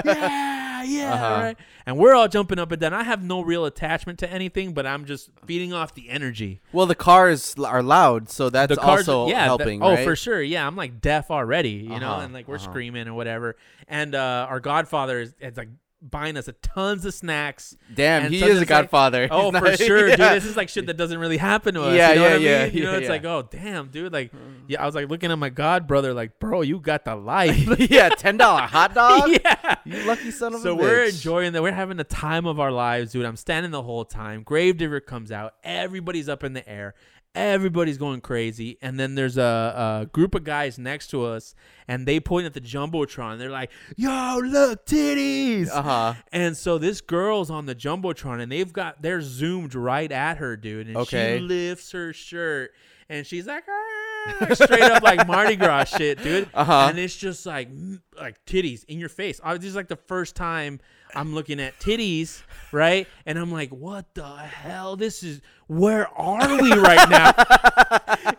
S1: yeah, yeah, yeah,
S2: Uh-huh.
S1: right? And we're all jumping up and down. I have no real attachment to anything, but I'm just feeding off the energy.
S2: Well, the cars l- are loud, so that's
S1: the cars,
S2: also
S1: yeah, the-
S2: helping.
S1: oh,
S2: right?
S1: for sure, yeah. I'm like deaf already, you know,
S2: Uh-huh,
S1: and like we're
S2: uh-huh.
S1: screaming and whatever. And uh, our Godfather is, is like buying us a tons of snacks.
S2: Damn,
S1: and
S2: he
S1: so
S2: is a
S1: it's like-
S2: godfather. He's
S1: Oh,
S2: not-
S1: for sure, dude.
S2: yeah.
S1: This is like shit that doesn't really happen to us.
S2: Yeah,
S1: you know
S2: yeah,
S1: what I mean?
S2: yeah,
S1: You know,
S2: yeah,
S1: it's
S2: yeah. Mm.
S1: like, oh damn, dude. Like, yeah, I was like looking at my god brother, like, bro, you got the life.
S2: yeah, ten dollar hot dog.
S1: yeah.
S2: You lucky son of a
S1: So
S2: bitch.
S1: we're enjoying that. We're having the time of our lives, dude. I'm standing the whole time. Gravedigger comes out. Everybody's up in the air. Everybody's going crazy. And then there's a, a group of guys next to us, and they point at the jumbotron. They're like, "Yo, look, titties!"
S2: Uh huh.
S1: And so this girl's on the jumbotron, and they've got they're zoomed right at her, dude. And
S2: Okay.
S1: she lifts her shirt, and she's like, "Ah," like, straight up like Mardi Gras shit, dude.
S2: Uh-huh.
S1: And it's just like mm, like titties in your face. I was just like the first time I'm looking at titties, right? And I'm like, what the hell? This is where are we right now?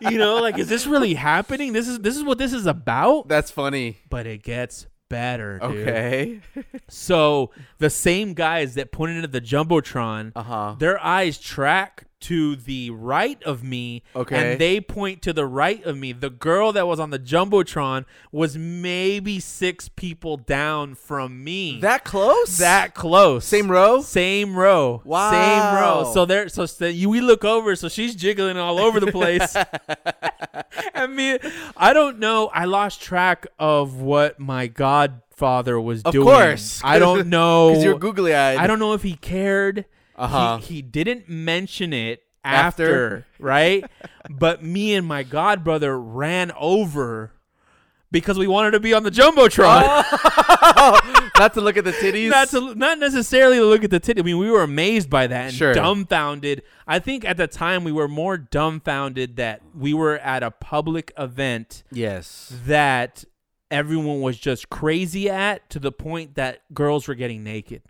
S1: you know, like is this really happening? This is this is what this is about.
S2: That's funny.
S1: But it gets better, dude.
S2: Okay.
S1: So the same guys that pointed at the jumbotron,
S2: Uh huh.
S1: their eyes track to the right of me,
S2: Okay.
S1: and they point to the right of me. The girl that was on the jumbotron was maybe six people down from me.
S2: That close?
S1: that close.
S2: same row?
S1: Same row. Same
S2: Wow.
S1: row. So there so, so you we look over, so she's jiggling all over the place. I mean, I don't know. I lost track of what my godfather was
S2: Of
S1: doing.
S2: course.
S1: I don't know.
S2: Because you're googly eyed.
S1: I don't know if he cared.
S2: Uh-huh.
S1: He, he didn't mention it
S2: After.
S1: after, right? but me and my god brother ran over because we wanted to be on the
S2: Oh.
S1: jumbotron.
S2: Not to look at the titties.
S1: not to not necessarily to look at the titty. I mean, we were amazed by that and
S2: Sure.
S1: dumbfounded. I think at the time we were more dumbfounded that we were at a public event
S2: Yes.
S1: that everyone was just crazy at to the point that girls were getting naked.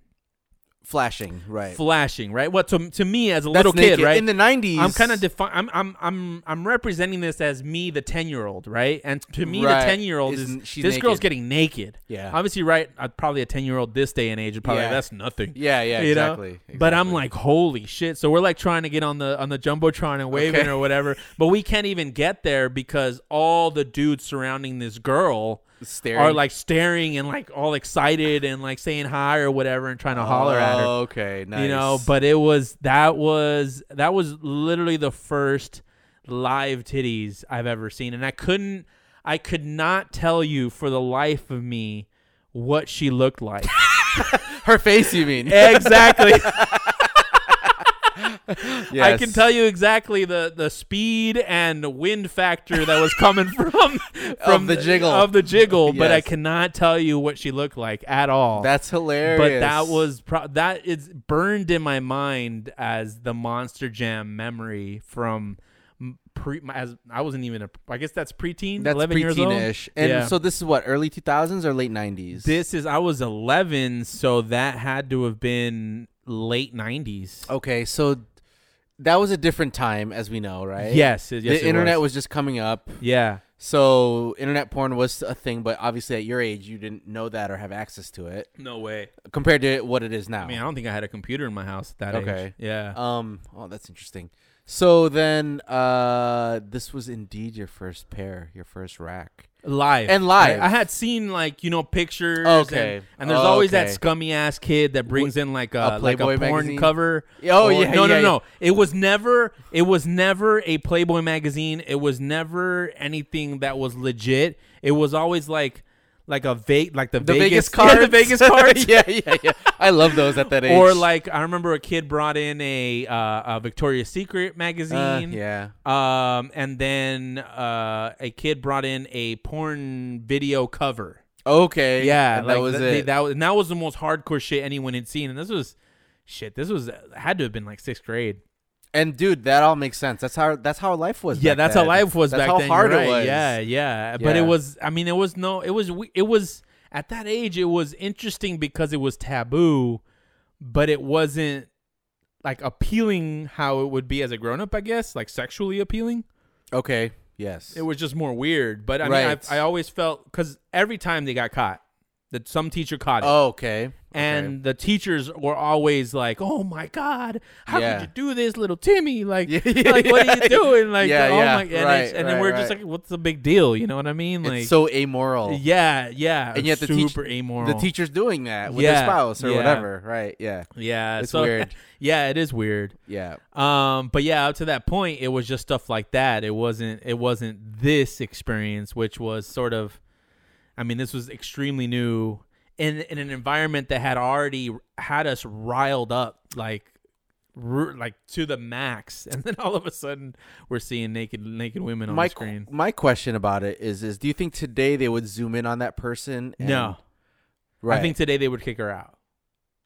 S2: flashing, right?
S1: flashing, right? What to to me as a
S2: That's
S1: little kid,
S2: naked.
S1: right?
S2: In the 90s.
S1: I'm kind of defi- I'm I'm I'm I'm representing this as me, the ten year old, right? And to me,
S2: Right.
S1: the ten year old is
S2: Isn't- she's
S1: this girl's
S2: naked.
S1: getting naked.
S2: Yeah.
S1: obviously, right? Uh, probably a ten year old this day and age, would probably
S2: Yeah.
S1: that's nothing.
S2: Yeah, yeah,
S1: You know?
S2: exactly.
S1: But I'm
S2: exactly.
S1: like, holy shit! So we're like trying to get on the on the jumbotron and waving
S2: Okay.
S1: or whatever, but we can't even get there because all the dudes surrounding this girl
S2: staring.
S1: are like staring and like all excited and like saying hi or whatever and trying to holler at her.
S2: Okay, Oh, nice.
S1: You know, but it was that was that was literally the first live titties I've ever seen and I couldn't I could not tell you for the life of me what she looked like.
S2: her face, you mean?
S1: exactly. I
S2: Yes.
S1: can tell you exactly the the speed and wind factor that was coming from from
S2: the jiggle.
S1: of the jiggle, but I
S2: Yes.
S1: cannot tell you what she looked like at all.
S2: That's hilarious.
S1: but that was pro- that is burned in my mind as the Monster Jam memory from m- pre as I wasn't even a I guess that's preteen,
S2: that's
S1: eleven years old.
S2: preteenish. And
S1: Yeah.
S2: so this is what early 2000s or late 90s.
S1: This is I was eleven, so that had to have been late nineties.
S2: Okay, so that was a different time, as we know, right?
S1: Yes, yes, it
S2: the internet
S1: was.
S2: was. just coming up,
S1: yeah.
S2: so internet porn was a thing. But obviously, at your age, you didn't know that or have access to it
S1: No way.
S2: compared to what it is now.
S1: I mean, I don't think I had a computer in my house at that age.
S2: Okay.
S1: Yeah.
S2: Um. Oh, that's interesting. So then, uh, this was indeed your first pair, your first rack.
S1: live
S2: And live.
S1: I, I had seen like you know pictures.
S2: Okay.
S1: And, and there's always that
S2: Okay.
S1: scummy ass kid that brings in like a, like a
S2: Playboy
S1: porn
S2: magazine?
S1: cover.
S2: Oh,
S1: Or-
S2: yeah,
S1: No
S2: yeah,
S1: no no. It was never it was never a Playboy magazine. It was never anything that was legit. It was always like like a vague like the,
S2: The
S1: Vegas,
S2: Vegas, cards.
S1: Yeah, the Vegas cards.
S2: yeah, yeah, yeah. I love those at that age.
S1: Or like I remember a kid brought in a uh, a Victoria's Secret
S2: Uh,
S1: magazine.
S2: yeah.
S1: Um, and then uh, a kid brought in a porn video cover.
S2: Okay.
S1: Yeah,
S2: And
S1: like,
S2: that was
S1: th- they-
S2: it.
S1: that was, and that was the most hardcore shit anyone had seen. And this was shit. This was had to have been like sixth grade.
S2: and dude, that all makes sense. That's how that's how life was.
S1: yeah,
S2: back
S1: that's
S2: then.
S1: how life was
S2: That's
S1: back
S2: how
S1: then.
S2: hard
S1: Hard
S2: it was.
S1: Yeah, yeah, But
S2: Yeah.
S1: it was. I mean, it was no. It was. we- It was at that age. It was interesting because it was taboo, but it wasn't like appealing how it would be as a grown up. I guess like sexually appealing.
S2: Okay. Yes.
S1: It was just more weird. But I mean,
S2: Right.
S1: I, I always felt because every time they got caught, that some teacher caught it.
S2: Oh, okay. okay.
S1: and the teachers were always like, "Oh my God, how
S2: Yeah.
S1: could you do this, little Timmy? Like,
S2: Yeah, yeah,
S1: like what are
S2: yeah.
S1: you doing? Like,
S2: Yeah,
S1: oh
S2: yeah,
S1: my!" And,
S2: right,
S1: it's- and then
S2: right,
S1: we're just
S2: right.
S1: like, "What's the big deal? You know what I mean? Like,
S2: it's so amoral.
S1: yeah, yeah,
S2: And yet the teach-
S1: super amoral.
S2: The teacher's doing that with their
S1: Yeah,
S2: spouse or
S1: yeah.
S2: whatever. Right. Yeah.
S1: yeah,
S2: It's
S1: so-
S2: weird.
S1: yeah, it is weird.
S2: Yeah.
S1: Um, but yeah, up to that point, it was just stuff like that. It wasn't. It wasn't this experience, which was sort of. I mean, this was extremely new in in an environment that had already had us riled up, like, ru- like to the max, and then all of a sudden, we're seeing naked naked women on
S2: my
S1: the screen.
S2: my question about it is is do you think today they would zoom in on that person? and-
S1: No,
S2: Right.
S1: I think today they would kick her out.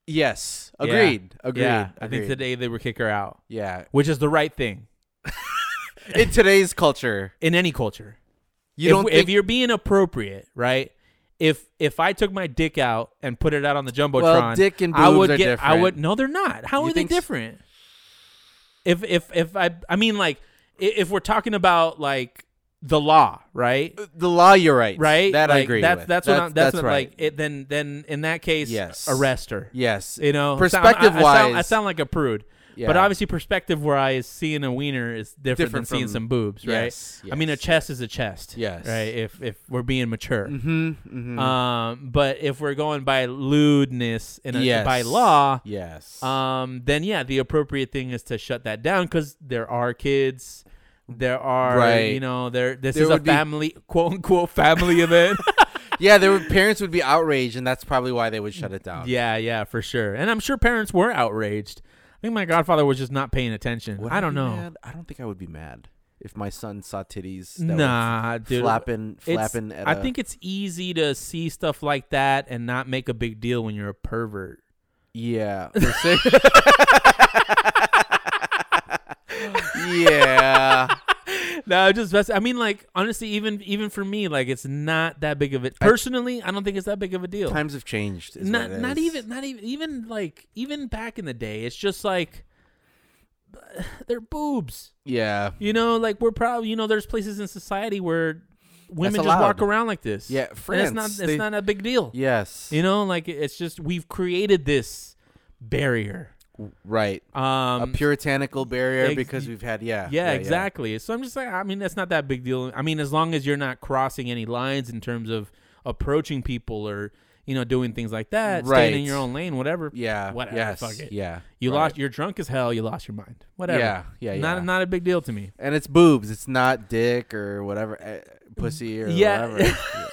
S2: yes.
S1: Yeah.
S2: Agreed. Agreed.
S1: yeah, I think
S2: agreed.
S1: today they would kick her out,
S2: Yeah.
S1: which is the right thing
S2: In today's culture,
S1: in any culture.
S2: you
S1: if,
S2: don't
S1: if
S2: think
S1: you're being appropriate, right? If if I took my dick out and put it out on the jumbotron,
S2: well, dick and boobs
S1: I would
S2: are
S1: get.
S2: different.
S1: I would. No, they're not. How
S2: You
S1: are they
S2: think s-
S1: different? If if if I I mean like i- if we're talking about like the law, right?
S2: the law you're right.
S1: Right.
S2: Uh, That I
S1: Like,
S2: agree
S1: That's
S2: with.
S1: that's, what I'm, that's, what
S2: right.
S1: like. It, then then in that case,
S2: Yes.
S1: arrest her.
S2: yes.
S1: You know, So I'm- I-
S2: perspective
S1: I, sound, I
S2: wise-
S1: sound like a prude.
S2: yeah.
S1: But obviously, perspective where I is seeing a wiener is different, than
S2: Different
S1: seeing
S2: from-
S1: some boobs, right?
S2: Yes,
S1: I mean, a
S2: yes.
S1: chest is a chest,
S2: Yes.
S1: right? If if we're being mature,
S2: Mhm, mhm.
S1: um, but if we're going by lewdness and uh,
S2: Yes.
S1: by law,
S2: Yes.
S1: um, then yeah, the appropriate thing is to shut that down because there are kids, there are
S2: Right.
S1: you know there this
S2: There
S1: is a
S2: would be-
S1: family quote unquote family event.
S2: yeah, their parents would be outraged, and that's probably why they would shut it down.
S1: yeah, yeah, for sure. And I'm sure parents were outraged. I think my godfather was just not paying attention.
S2: Would
S1: I don't
S2: be
S1: know.
S2: mad? I don't think I would be mad if my son saw titties. That were
S1: Nah,
S2: f-
S1: dude.
S2: flapping,
S1: It's-
S2: flapping. At
S1: I
S2: a-
S1: think it's easy to see stuff like that and not make a big deal when you're a pervert.
S2: Yeah. per se. yeah.
S1: No, I'm just mess- I mean, like honestly, even even for me, like it's not that big of a personally. I don't think it's that big of a deal.
S2: Times have changed. is
S1: Not
S2: what it
S1: not
S2: is.
S1: even not even even like even back in the day, it's just like they're boobs.
S2: Yeah.
S1: You know, like we're probably you know there's places in society where women just
S2: allowed.
S1: walk around like this.
S2: Yeah,
S1: and it's not
S2: France,
S1: it's
S2: they-
S1: not a big deal.
S2: Yes.
S1: You know, like it's just we've created this barrier.
S2: right.
S1: Um,
S2: a puritanical barrier
S1: ex-
S2: because we've had yeah.
S1: yeah, exactly. So I'm just like, I mean, that's not that big deal. I mean, as long as you're not crossing any lines in terms of approaching people or you know doing things like that, staying in
S2: Right.
S1: your own lane, whatever.
S2: Yeah.
S1: whatever.
S2: Yes.
S1: Fuck it.
S2: Yeah.
S1: You
S2: right.
S1: lost. You're drunk as hell. You lost your mind. Whatever.
S2: Yeah. Yeah.
S1: Not
S2: yeah.
S1: not a big deal to me.
S2: and it's boobs. It's not dick or whatever, eh, pussy or
S1: Yeah.
S2: whatever.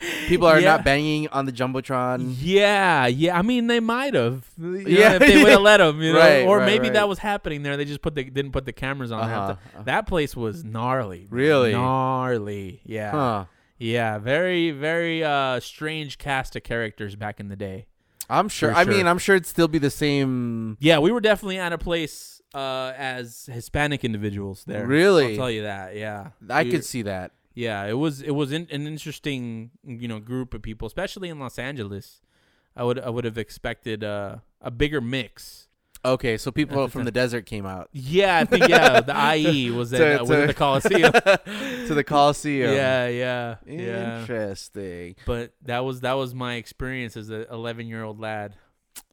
S2: Yeah. People are
S1: Yeah.
S2: not banging on the jumbotron.
S1: Yeah, yeah. I mean, they might have. You know,
S2: Yeah.
S1: if they would have let them, you know,
S2: Right,
S1: or
S2: right,
S1: maybe that
S2: right.
S1: was happening there. They just put the didn't put the cameras on.
S2: Uh-huh,
S1: That-
S2: uh-huh.
S1: That place was gnarly.
S2: Really?
S1: gnarly. Yeah.
S2: Huh.
S1: Yeah, very, very uh, strange cast of characters back in the day.
S2: I'm sure.
S1: For
S2: I
S1: sure.
S2: mean, I'm sure it'd still be the same.
S1: Yeah, we were definitely at a place uh, as Hispanic individuals there. I'll
S2: Really?
S1: tell you that. Yeah,
S2: I
S1: We-
S2: could see that.
S1: Yeah, it was it was in, an interesting you know group of people, especially in Los Angeles. I would I would have expected uh, a bigger mix.
S2: Okay, so people
S1: That's
S2: from
S1: the-
S2: the desert came out
S1: Yeah, I think yeah, the IE was at,
S2: To-
S1: uh, was at
S2: to-
S1: the Coliseum.
S2: to the Coliseum.
S1: yeah, yeah, yeah.
S2: Interesting.
S1: But that was that was my experience as an 11 year old lad.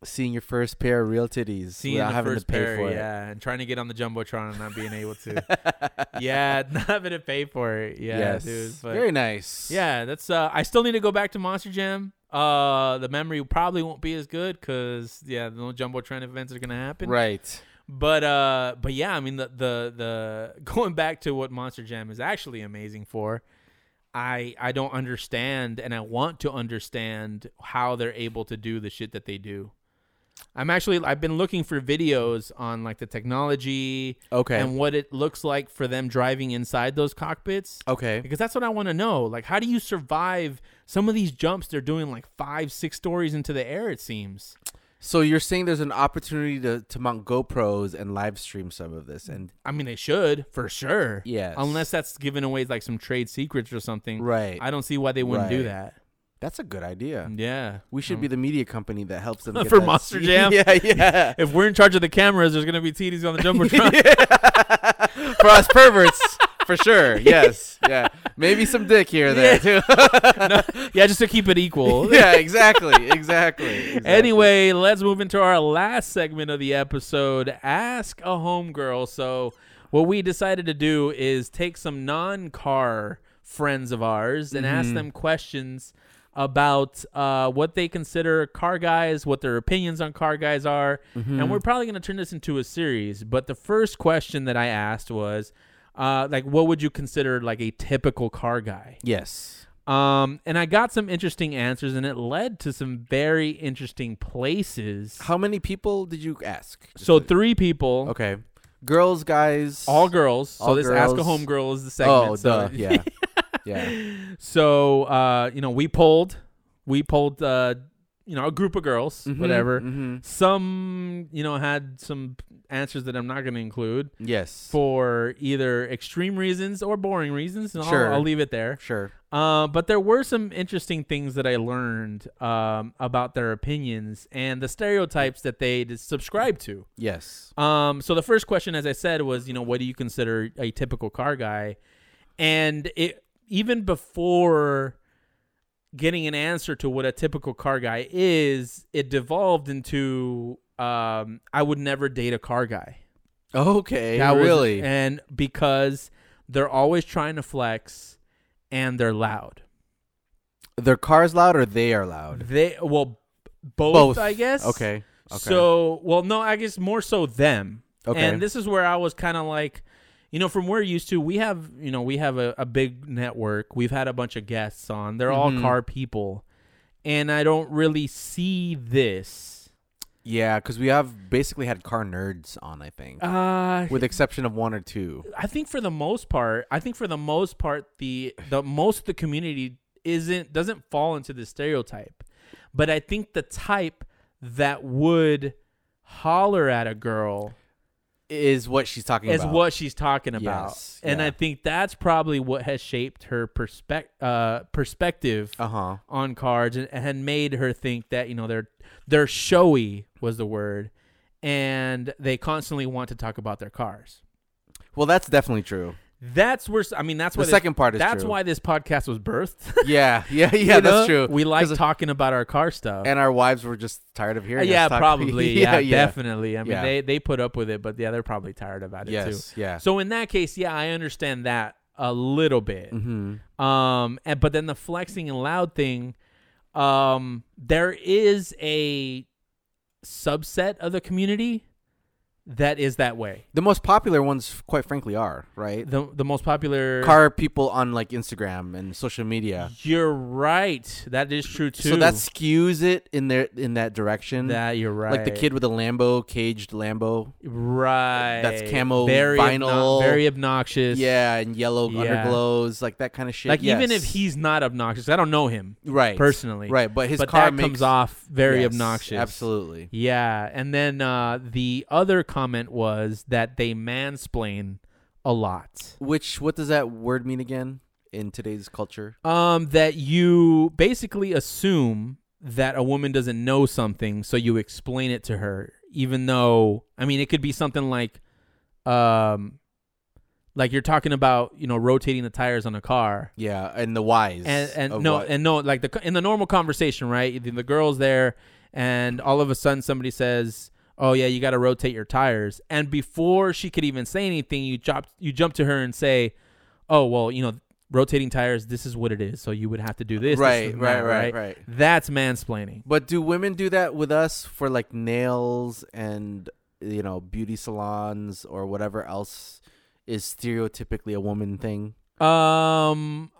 S2: Seeing your first pair of real titties
S1: seeing
S2: without
S1: the
S2: having
S1: first
S2: to pay
S1: pair,
S2: for
S1: yeah, and trying to get on the jumbotron and not being able to.
S2: it.
S1: yeah, not having to pay for it. Yeah,
S2: yes.
S1: dude. But
S2: Very nice.
S1: yeah, that's. Uh, I still need to go back to Monster Jam. Uh, the memory probably won't be as good because yeah, no jumbotron events are gonna happen.
S2: Right.
S1: But uh, but yeah, I mean the the the going back to what Monster Jam is actually amazing for. I I don't understand, and I want to understand how they're able to do the shit that they do. I'm actually I've been looking for videos on like the technology
S2: Okay.
S1: and what it looks like for them driving inside those cockpits
S2: okay.
S1: because that's what I want to know. Like, how do you survive some of these jumps? They're doing like five, six stories into the air. It seems.
S2: So you're saying there's an opportunity to, to mount GoPros and live stream some of this and
S1: I mean, they should for sure.
S2: yes.
S1: Unless that's giving away like some trade secrets or something.
S2: Right.
S1: I don't see why they wouldn't do
S2: Right.
S1: that.
S2: That's a good idea.
S1: Yeah.
S2: We should be the media company that helps them get
S1: Mm. For
S2: that
S1: Monster
S2: seat.
S1: Jam?
S2: yeah, yeah.
S1: If we're in charge of the cameras, there's gonna be TDs on the jumbotron.
S2: Yeah. For us perverts, for sure. Yes. Yeah. Maybe some dick here or there too.
S1: yeah, just to keep it equal.
S2: yeah, exactly. Exactly. exactly.
S1: Anyway, let's move into our last segment of the episode Ask a Homegirl. So, what we decided to do is take some non car friends of ours and ask them questions about uh, what they consider car guys, what their opinions on car guys are. And we're probably going to turn this into a series. But the first question that I asked was. Uh, like what would you consider like a typical car guy?
S2: Yes.
S1: Um, and I got some interesting answers, and it led to some very interesting places.
S2: How many people did you ask? Just
S1: so
S2: to-
S1: three people,
S2: okay, girls, guys,
S1: all girls. So
S2: All
S1: this ask a
S2: girls.
S1: home girl is the segment.
S2: Oh,
S1: so,
S2: duh. Yeah. yeah.
S1: So uh, you know, we polled, we polled, uh, you know, a group of girls, whatever.
S2: Mm-hmm.
S1: Some you know had some answers that I'm not going to include
S2: Yes.
S1: for either extreme reasons or boring reasons, and I'll-
S2: Sure.
S1: I'll leave it there.
S2: sure.
S1: Uh, but there were some interesting things that I learned um, about their opinions and the stereotypes that they dis- subscribe to.
S2: Yes.
S1: Um, so the first question, as I said, was you know what do you consider a typical car guy? And it even before getting an answer to what a typical car guy is, it devolved into um, I would never date a car guy.
S2: Okay.
S1: That was-
S2: really.
S1: and because they're always trying to flex and they're loud.
S2: Their cars loud or they are loud?
S1: They well, b- both,
S2: Both.
S1: I guess.
S2: Okay. Okay.
S1: So well, no, I guess more so them.
S2: Okay.
S1: And this is where I was kind of like, you know, from we're used to, we have you know we have a, a big network. We've had a bunch of guests on. They're all
S2: Mhm.
S1: car people, and I don't really see this.
S2: yeah, because we have basically had car nerds on, I think,
S1: Uh,
S2: with exception of one or two.
S1: I think for the most part, I think for the most part, the the most of the community isn't doesn't fall into the stereotype, but I think the type that would holler at a girl
S2: is what she's talking
S1: is
S2: about.
S1: what she's talking about.
S2: Yes,
S1: and
S2: yeah.
S1: I think that's probably what has shaped her perspec- uh, perspective
S2: Uh huh.
S1: on cards and, and made her think that, you know, they're they're showy was the word and they constantly want to talk about their cars.
S2: Well, that's definitely true.
S1: That's where s- I mean that's
S2: The
S1: why this-
S2: second part is
S1: that's
S2: true.
S1: why this podcast was birthed.
S2: yeah, yeah, yeah.
S1: You
S2: that's
S1: know?
S2: true.
S1: We like
S2: 'Cause-
S1: talking about our car stuff.
S2: and our wives were just tired of hearing.
S1: yeah,
S2: us talk-
S1: probably. Yeah, definitely. I mean,
S2: Yeah.
S1: they they put up with it, but yeah, they're probably tired about it too.
S2: Yes. Yeah.
S1: So in that case, yeah, I understand that a little bit.
S2: hmm
S1: Um, and, but then the flexing and loud thing, um, there is a subset of the community that is that way.
S2: The most popular ones, quite frankly, are right
S1: The the most popular
S2: car people on like Instagram and social media.
S1: You're right. That is true too.
S2: So that skews it in their in that direction.
S1: that you're right.
S2: Like the kid with the Lambo, caged Lambo.
S1: right?
S2: camo
S1: very obno-
S2: vinyl.
S1: very obnoxious.
S2: Yeah, and yellow
S1: Yeah.
S2: underglows, like that kind of shit.
S1: Like even if
S2: Yes.
S1: he's not obnoxious, I don't know him
S2: right
S1: personally.
S2: right, but his
S1: but
S2: car
S1: that
S2: makes,
S1: comes off very
S2: Yes,
S1: obnoxious.
S2: Absolutely.
S1: Yeah, and then uh, the other comment was that they mansplain a lot.
S2: Which what does that word mean again in today's culture?
S1: Um, that you basically assume that a woman doesn't know something, so you explain it to her, even though I mean it could be something like, um, like you're talking about you know rotating the tires on a car,
S2: Yeah, and the whys.
S1: and and
S2: of
S1: no
S2: what-
S1: and no like the in the normal conversation right the, the girl's there and all of a sudden somebody says oh yeah you got to rotate your tires and before she could even say anything you jump you jump to her and say oh well you know rotating tires this is what it is so you would have to do this this
S2: right,
S1: and
S2: right,
S1: that,
S2: right, right.
S1: that's mansplaining
S2: But do women do that with us for like nails and you know beauty salons or whatever else is stereotypically a woman thing?
S1: um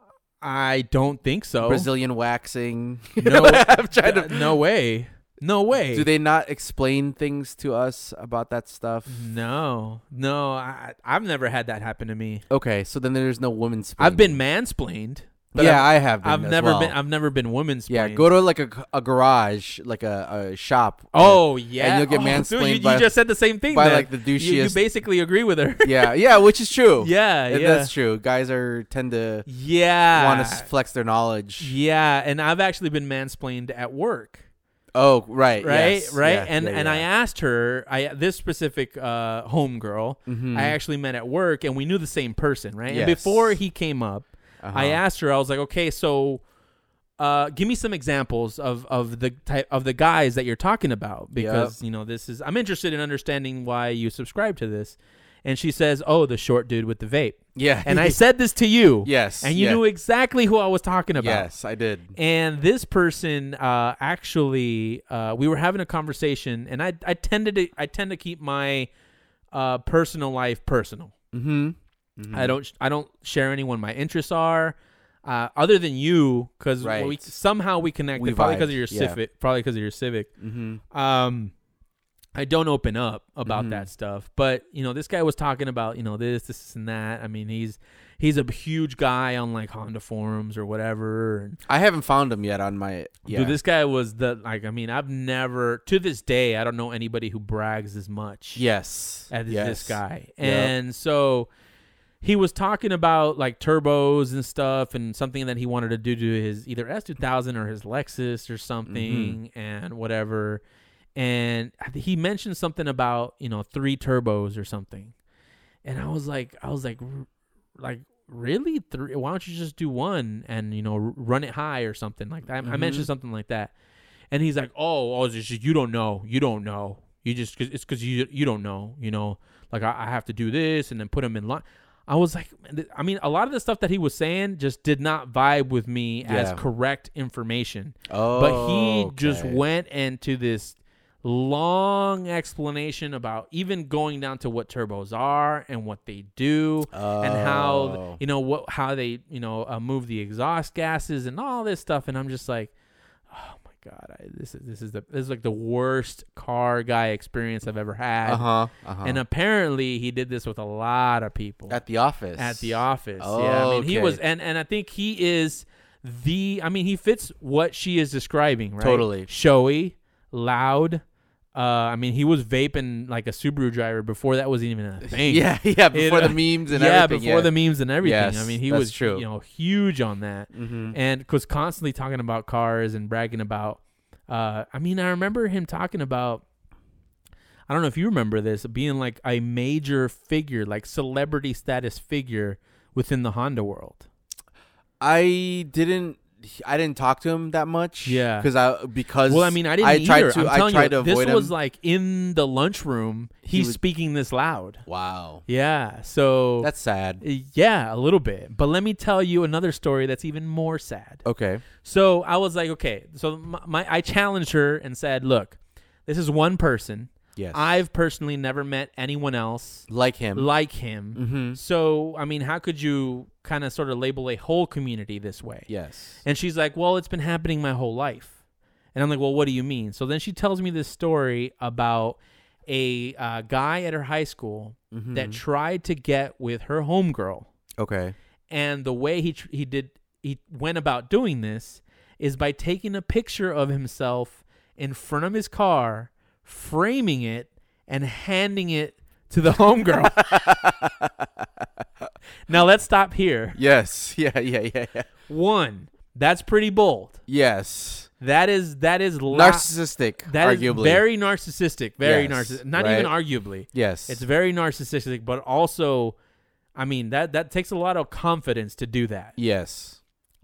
S1: i don't think so
S2: Brazilian waxing.
S1: No-
S2: I'm trying
S1: Uh,
S2: to.
S1: no way no way
S2: Do they not explain things to us about that stuff?
S1: Mm-hmm. no no I, i've never had that happen to me
S2: Okay, so then there's no woman.
S1: i've been mansplained but
S2: yeah, I have. Been
S1: I've
S2: as
S1: never
S2: well.
S1: been. I've never been women's.
S2: yeah, go to like a, a garage, like a, a shop.
S1: Oh yeah,
S2: and you'll get
S1: Oh,
S2: mansplained
S1: Dude, you,
S2: by-
S1: you just said the same thing.
S2: by
S1: then.
S2: like the
S1: You- you,
S2: douchiest.
S1: basically agree with her.
S2: yeah, yeah, which is true.
S1: yeah,
S2: Th-
S1: yeah,
S2: that's true. Guys are tend to
S1: yeah.
S2: want to flex their knowledge.
S1: yeah, and I've actually been mansplained at work.
S2: Oh, right,
S1: Right,
S2: yes,
S1: right.
S2: yeah,
S1: and
S2: yeah,
S1: and I
S2: yeah.
S1: asked her. I this specific uh, homegirl.
S2: Mhm.
S1: I actually met at work, and we knew the same person, right? And
S2: Yes.
S1: before he came up, I
S2: Uh-huh.
S1: asked her. I was like, okay, so. Uh, give me some examples of, of the type of the guys that you're talking about because you know this is I'm interested in understanding why you subscribe to this, and she says, "Oh, the short dude with the vape,"
S2: yeah,
S1: and I said this to you,
S2: yes,
S1: and you
S2: yeah.
S1: knew exactly who I was talking about.
S2: Yes, I did.
S1: And this person uh, actually, uh, we were having a conversation, and I I tended to I tend to keep my uh, personal life personal.
S2: Mm-hmm.
S1: I don't I don't share anyone my interests are, uh, other than you, because we
S2: Right.
S1: somehow we connected
S2: We
S1: probably because
S2: vibed,
S1: of your
S2: yeah.
S1: civic, probably because of your civic.
S2: Mm-hmm.
S1: Um, I don't open up about
S2: Mhm.
S1: that stuff, but you know this guy was talking about you know this this and that. I mean he's he's a huge guy on like Honda forums or whatever, and
S2: I haven't found him yet on my. Yeah.
S1: Dude, this guy was the like. I mean, I've never to this day. I don't know anybody who brags as much.
S2: Yes.
S1: as
S2: yes.
S1: this guy.
S2: Yep.
S1: And so he was talking about like turbos and stuff, and something that he wanted to do to his either S two thousand or his Lexus or something,
S2: Mm-hmm.
S1: and whatever. And he mentioned something about you know three turbos or something, and I was like, I was like, "R- like really three? Why don't you just do one and you know r- run it high or something like that? I- I
S2: Mhm.
S1: mentioned something like that, and he's like, "Oh, oh, it's just, you don't know, you don't know, you just cause, it's because you you don't know, you know, like I, I have to do this and then put him in line." I was like, man, th- I mean, a lot of the stuff that he was saying just did not vibe with me as
S2: Yeah.
S1: correct information.
S2: Oh,
S1: but he just
S2: okay.
S1: went into this long explanation about even going down to what turbos are and what they do and how
S2: Oh.
S1: you know what how they you know uh, move the exhaust gases and all this stuff and i'm just like oh my god I, this is this is the this is like the worst car guy experience i've ever had
S2: Uh-huh, uh-huh.
S1: and apparently he did this with a lot of people
S2: at the office.
S1: at the office yeah i mean he was
S2: Okay.
S1: and and i think he is the i mean he fits what she is describing right
S2: Totally.
S1: showy loud Uh, I mean, he was vaping like a Subaru driver before that was even a thing.
S2: Yeah, yeah. Before
S1: uh,
S2: the memes and
S1: yeah,
S2: everything.
S1: before the memes and everything. I
S2: Yes,
S1: mean, he
S2: that's
S1: was
S2: true.
S1: you know huge on that,
S2: Mm-hmm.
S1: and was constantly talking about cars and bragging about. Uh, I mean, I remember him talking about. I don't know if you remember this being like a major figure, like celebrity status figure within the Honda world.
S2: I didn't. I didn't talk to him that much.
S1: Yeah.
S2: Because I because
S1: Well, I mean, I didn't
S2: I tried
S1: either.
S2: to.
S1: I'm
S2: I
S1: telling
S2: tried
S1: you,
S2: to avoid
S1: this was
S2: him.
S1: like in the lunchroom.
S2: He
S1: He's
S2: would-
S1: speaking this loud.
S2: wow.
S1: Yeah. So
S2: That's sad.
S1: Yeah, a little bit. But let me tell you another story that's even more sad.
S2: Okay.
S1: So I was like, okay. So my, my I challenged her and said, look, this is one person.
S2: Yes.
S1: I've personally never met anyone else
S2: like him.
S1: like him.
S2: mm-hmm.
S1: So I mean, how could you kind of sort of label a whole community this way?
S2: Yes.
S1: And she's like, well, it's been happening my whole life. And I'm like, well, what do you mean? So then she tells me this story about a uh, guy at her high school
S2: Mm-hmm.
S1: that tried to get with her homegirl
S2: okay.
S1: and the way he tr- he did he went about doing this is by taking a picture of himself in front of his car, framing it, and handing it to the homegirl. now let's stop here.
S2: Yes. Yeah. Yeah. Yeah. Yeah.
S1: One, that's pretty bold.
S2: Yes.
S1: That is that is la-
S2: Narcissistic.
S1: that is
S2: arguably.
S1: very narcissistic. Very
S2: Yes,
S1: narcissistic. Not
S2: right?
S1: even arguably.
S2: Yes.
S1: It's very narcissistic, but also, I mean that that takes a lot of confidence to do that.
S2: yes.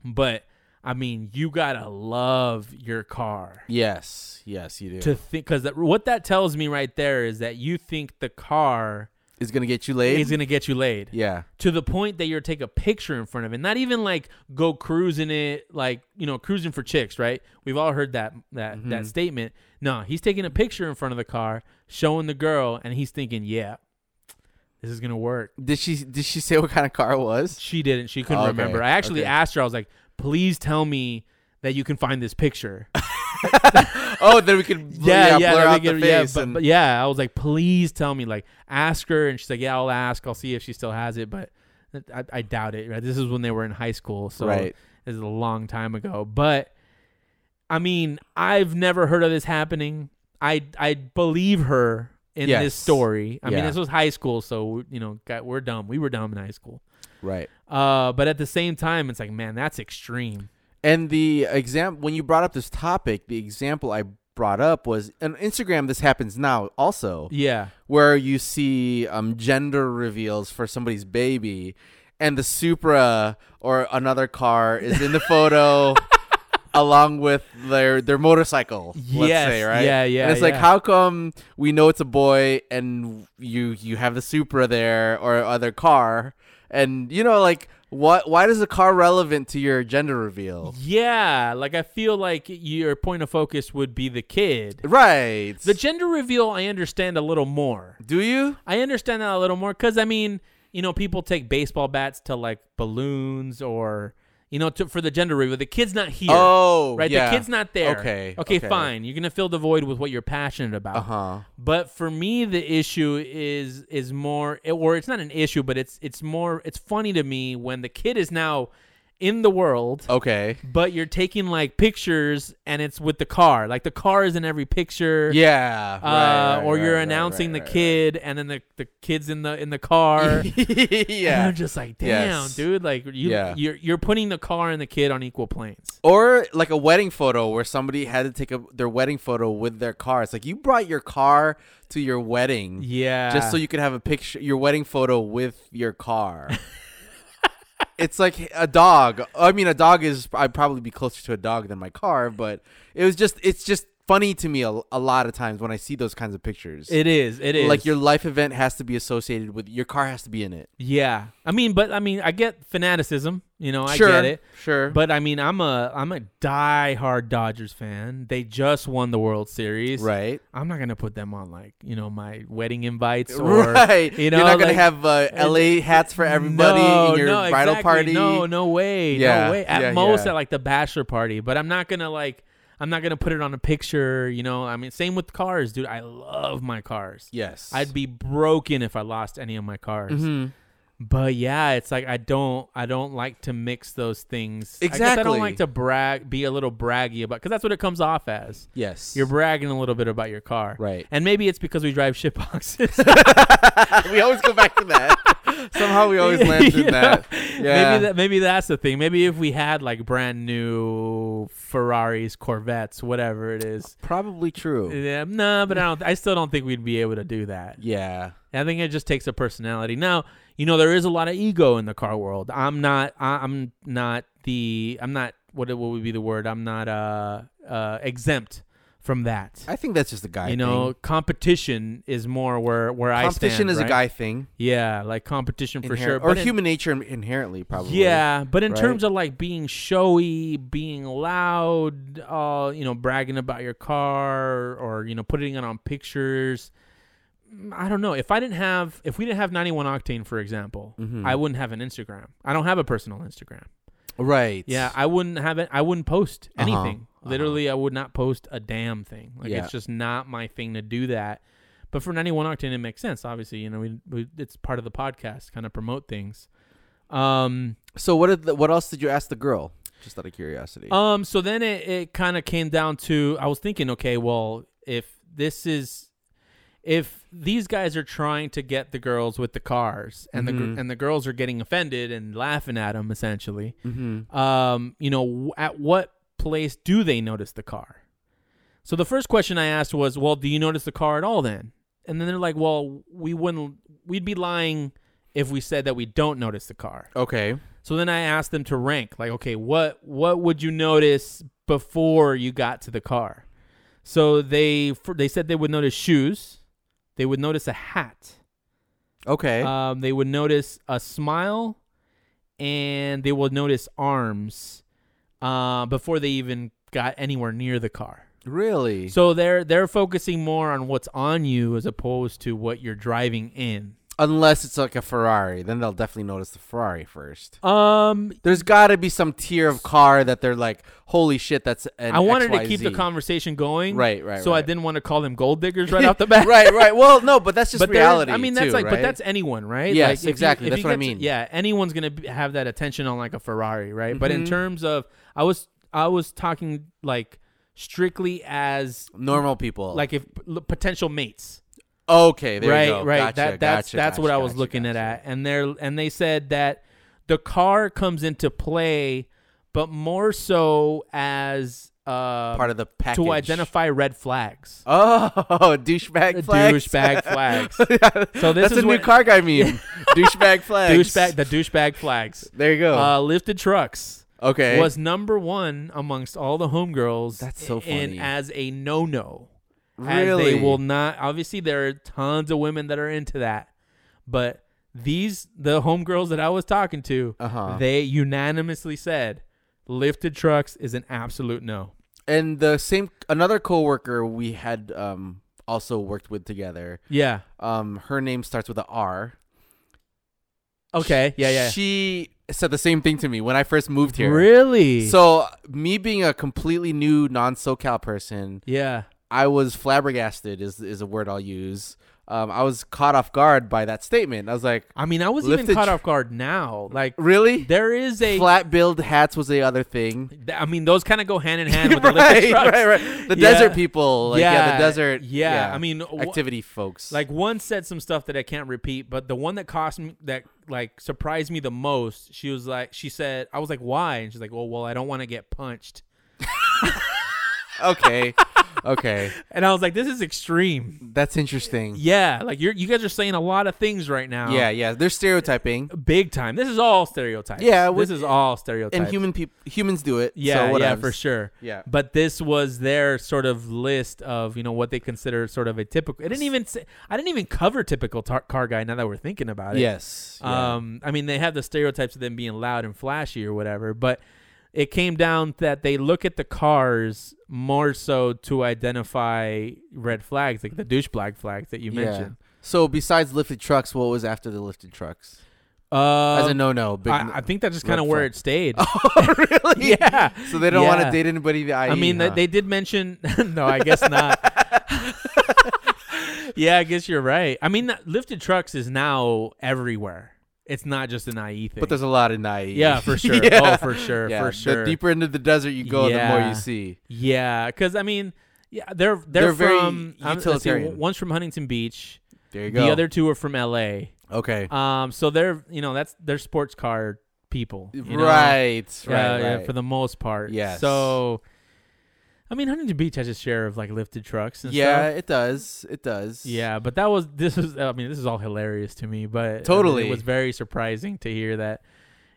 S1: But I mean, you gotta love your car
S2: Yes. Yes. You do.
S1: to think because that, what that tells me right there is that you think the car
S2: it's gonna get you laid.
S1: is gonna get you laid
S2: yeah.
S1: to the point that you're take a picture in front of it, not even like go cruising it, like you know, cruising for chicks, right? We've all heard that that
S2: Mm-hmm.
S1: that statement. No, he's taking a picture in front of the car, showing the girl, and he's thinking, yeah, this is gonna work.
S2: Did she did she say what kind of car it was?
S1: She didn't. She couldn't
S2: Okay,
S1: remember. I actually
S2: okay.
S1: asked her. I was like, please tell me that you can find this picture.
S2: Oh, then we could bl- yeah, blur
S1: that'd
S2: out
S1: be
S2: the
S1: good. yeah,
S2: face.
S1: but,
S2: and-
S1: but yeah, I was like, please tell me, like, ask her, and she's like, yeah, I'll ask, I'll see if she still has it, but I, I doubt it. Right, this is when they were in high school, so
S2: right.
S1: this is a long time ago. But I mean, I've never heard of this happening. I I believe her in
S2: Yes.
S1: this story. I mean,
S2: Yeah.
S1: this was high school, so you know, got, we're dumb. We were dumb in high school.
S2: Right.
S1: Uh, but at the same time, it's like, man, that's extreme.
S2: And the example when you brought up this topic, the example I brought up was on Instagram. This happens now also,
S1: Yeah,
S2: where you see um, gender reveals for somebody's baby, and the Supra or another car is in the photo. Along with their their motorcycle, let's
S1: Yes,
S2: say, right?
S1: yeah, yeah,
S2: And it's like,
S1: yeah.
S2: how come we know it's a boy and you you have the Supra there or other car, and you know, like, what? Why does the car relevant to your gender reveal?
S1: yeah. Like I feel like your point of focus would be the kid.
S2: Right.
S1: The gender reveal, I understand a little more.
S2: Do you?
S1: I understand that a little more because I mean, you know, people take baseball bats to like balloons or you know to, for the gender reveal. The kid's not here,
S2: Oh,
S1: right?
S2: Yeah.
S1: The kid's not there.
S2: Okay,
S1: okay,
S2: okay.
S1: fine. You're gonna fill the void with what you're passionate about.
S2: Uh huh.
S1: But for me, the issue is is more, or it's not an issue, but it's it's more. It's funny to me when the kid is now in the world
S2: Oh. Okay.
S1: but you're taking like pictures and it's with the car like the car is in every picture
S2: Yeah.
S1: uh, or you're announcing the kid and then the, the kid's in the in the car
S2: kid.
S1: and i'm
S2: yeah.
S1: just like damn
S2: Yes.
S1: dude like you
S2: Yeah.
S1: you're, you're putting the car and the kid on equal planes
S2: Or like a wedding photo where somebody had to take a, their wedding photo with their car. It's like you brought your car to your wedding
S1: yeah
S2: just so you could have a picture, your wedding photo with your car. it's like a dog. I mean, a dog is I'd probably be closer to a dog than my car, but it was just it's just funny to me a, a lot of times when I see those kinds of pictures.
S1: it is it is
S2: like your life event has to be associated with your car has to be in it.
S1: yeah i mean but i mean i get fanaticism you know i get it
S2: Sure.
S1: but i mean i'm a i'm a die-hard dodgers fan they just won the world series
S2: right.
S1: I'm not gonna put them on like you know my wedding invites or
S2: Right.
S1: you know
S2: You're not gonna
S1: like-
S2: have uh, LA hats for everybody
S1: no,
S2: in your
S1: no,
S2: bridal
S1: exactly.
S2: party.
S1: No, no way,
S2: Yeah,
S1: no way. At
S2: yeah,
S1: most,
S2: yeah.
S1: at like the bachelor party, but I'm not gonna like I'm not gonna put it on a picture. You know, I mean, same with cars, dude. I love my cars.
S2: Yes.
S1: I'd be broken if I lost any of my cars.
S2: Mhm.
S1: But yeah, it's like I don't I don't like to mix those things. I guess I,
S2: Exactly.
S1: don't like to brag, be a little braggy about because that's what it comes off as.
S2: Yes.
S1: You're bragging a little bit about your car,
S2: Right.
S1: And maybe it's because we drive shit boxes.
S2: we always go back to that. Somehow we always land in
S1: Yeah.
S2: that. Yeah.
S1: Maybe that maybe that's the thing. Maybe if we had like brand new Ferraris, Corvettes, whatever it is.
S2: Probably true.
S1: Yeah, no, but I don't. I still don't think we'd be able to do that.
S2: Yeah.
S1: I think it just takes a personality. Now, you know, there is a lot of ego in the car world. I'm not. I- I'm not the. I'm not. What what would be the word? I'm not uh, uh exempt from that.
S2: I think that's just a guy.
S1: you know, competition is more where where
S2: thing.
S1: I stand.
S2: competition is
S1: right?
S2: a guy thing
S1: Yeah, like competition for
S2: inherent-
S1: sure.
S2: or
S1: but in-
S2: human nature inherently probably.
S1: yeah, but in
S2: right?
S1: terms of like being showy, being loud, uh, you know, bragging about your car or you know putting it on pictures, mm, I don't know. If I didn't have, if we didn't have 91 octane, for example,
S2: Mhm.
S1: I wouldn't have an Instagram. I don't have a personal Instagram.
S2: Right.
S1: Yeah, I wouldn't have it. I wouldn't post
S2: Uh-huh,
S1: anything. Literally, I would not post a damn thing. Like
S2: Yeah.
S1: it's just not my thing to do that. But for 91 Octane, it makes sense. Obviously, you know, we, we, it's part of the podcast, kind of promote things. Um,
S2: So what did the, what else did you ask the girl? Just out of curiosity.
S1: Um, so then it, it kind of came down to I was thinking, okay, well, if this is if these guys are trying to get the girls with the cars and the
S2: Mhm.
S1: gr- and the girls are getting offended and laughing at them essentially,
S2: mm-hmm.
S1: um, you know, w- at what place do they notice the car? So the first question I asked was, well, do you notice the car at all then? And then they're like, well, we wouldn't we'd be lying if we said that we don't notice the car.
S2: Okay.
S1: So then I asked them to rank, like, okay, what what would you notice before you got to the car? So they for, they said they would notice shoes, they would notice a hat,
S2: Okay.
S1: um, they would notice a smile, and they would notice arms uh, before they even got anywhere near the car.
S2: really?
S1: So they're they're focusing more on what's on you as opposed to what you're driving in.
S2: Unless it's like a Ferrari, then they'll definitely notice the Ferrari first.
S1: Um,
S2: There's got to be some tier of car that they're like, holy shit, that's an
S1: I wanted to
S2: XYZ."
S1: keep the conversation going,
S2: Right, right,
S1: So I
S2: right.
S1: didn't want to call them gold diggers right off the bat.
S2: right, right. Well, no, but that's just
S1: but there-
S2: reality.
S1: I mean, that's
S2: too,
S1: like, but
S2: right?
S1: that's anyone, right?
S2: Yes,
S1: Like, if you-
S2: exactly.
S1: if
S2: That's
S1: you
S2: what I
S1: get to-
S2: mean.
S1: yeah, anyone's gonna be, have that attention on like a Ferrari, right? But in
S2: Mhm.
S1: terms of, I was I was talking like strictly as
S2: normal people.
S1: like if l- potential mates,
S2: okay, there
S1: right?
S2: you go.
S1: Right.
S2: Gotcha,
S1: that that's
S2: gotcha,
S1: that's what
S2: gotcha,
S1: I was
S2: gotcha,
S1: looking
S2: gotcha.
S1: at, and they're and they said that the car comes into play, but more so as uh,
S2: Part of the package
S1: to identify red flags.
S2: Oh, douchebag flags.
S1: Douchebag flags. So this
S2: that's
S1: is
S2: a new
S1: what-
S2: car guy meme. douchebag flags.
S1: douchebag the douchebag flags.
S2: There you go.
S1: Uh, lifted trucks
S2: okay.
S1: was number one amongst all the homegirls.
S2: That's so funny.
S1: And as a no no,
S2: really?
S1: they will not. Obviously, there are tons of women that are into that, but these the homegirls that I was talking to,
S2: Uh-huh.
S1: they unanimously said lifted trucks is an absolute no.
S2: and the same another coworker we had um also worked with together.
S1: Yeah.
S2: Um, her name starts with a R.
S1: Okay. Yeah. Yeah.
S2: She said the same thing to me when I first moved here.
S1: Really?
S2: So me being a completely new non SoCal person,
S1: yeah.
S2: I was flabbergasted is is a word I'll use. Um, I was caught off guard by that statement. I was like,
S1: I mean, I was even
S2: Lifted
S1: caught
S2: tr-
S1: off guard now. Like
S2: really?
S1: there is a
S2: Flat billed hats was the other thing.
S1: Th- I mean, those kind of go hand in hand with the lifted trucks.
S2: right, right. The
S1: Yeah.
S2: desert people, like, yeah. the desert.
S1: Yeah, I mean, wh-
S2: activity folks.
S1: like one said some stuff that I can't repeat, but the one that cost me that like surprised me the most, she was like, she said, I was like, why? And she's like, well, well, I don't want to get punched.
S2: okay, okay,
S1: And I was like, this is extreme.
S2: that's interesting.
S1: Yeah, like you're you guys are saying a lot of things right now.
S2: Yeah, yeah, they're stereotyping,
S1: big time. This is all stereotypes.
S2: Yeah,
S1: this
S2: with-
S1: is all stereotypes.
S2: and human peop humans do it.
S1: Yeah,
S2: so what
S1: yeah,
S2: else?
S1: for sure.
S2: Yeah.
S1: but this was their sort of list of you know what they consider sort of a typical. It didn't even say, I didn't even cover typical tar- car guy. Now that we're thinking about it,
S2: Yes. yeah.
S1: Um, I mean they have the stereotypes of them being loud and flashy or whatever, but it came down that they look at the cars more so to identify red flags, like the douche black flags that you
S2: Yeah.
S1: mentioned.
S2: So besides lifted trucks, what was after the lifted trucks?
S1: Um,
S2: As a no-no, big
S1: I, I think that's just
S2: red Oh,
S1: kind of where
S2: flag.
S1: it stayed.
S2: really?
S1: yeah.
S2: So they don't want
S1: Yeah.
S2: to date anybody. The IE,
S1: I mean,
S2: huh?
S1: they, they did mention. no, I guess not. yeah, I guess you're right. I mean, that- lifted trucks is now everywhere. it's not just an IE thing.
S2: But there's a lot of naive.
S1: yeah, for sure. Oh, for sure.
S2: Yeah,
S1: For sure.
S2: The deeper into the desert you go, the more
S1: Yeah.
S2: you see.
S1: yeah, because I mean, yeah, they're they're,
S2: They're very
S1: from I'm- let's see,
S2: utilitarian.
S1: one's from Huntington Beach.
S2: There you go.
S1: The other two are from L.A.
S2: okay.
S1: Um, so they're you know that's they're sports car people, you know?
S2: right.
S1: Yeah,
S2: right.
S1: yeah,
S2: right.
S1: for the most part.
S2: Yes.
S1: So, I mean, Huntington Beach has its share of like lifted trucks and
S2: yeah,
S1: stuff.
S2: it does. It does.
S1: Yeah, but that was this is I mean this is all hilarious to me, but I mean,
S2: Totally.
S1: it was very surprising to hear that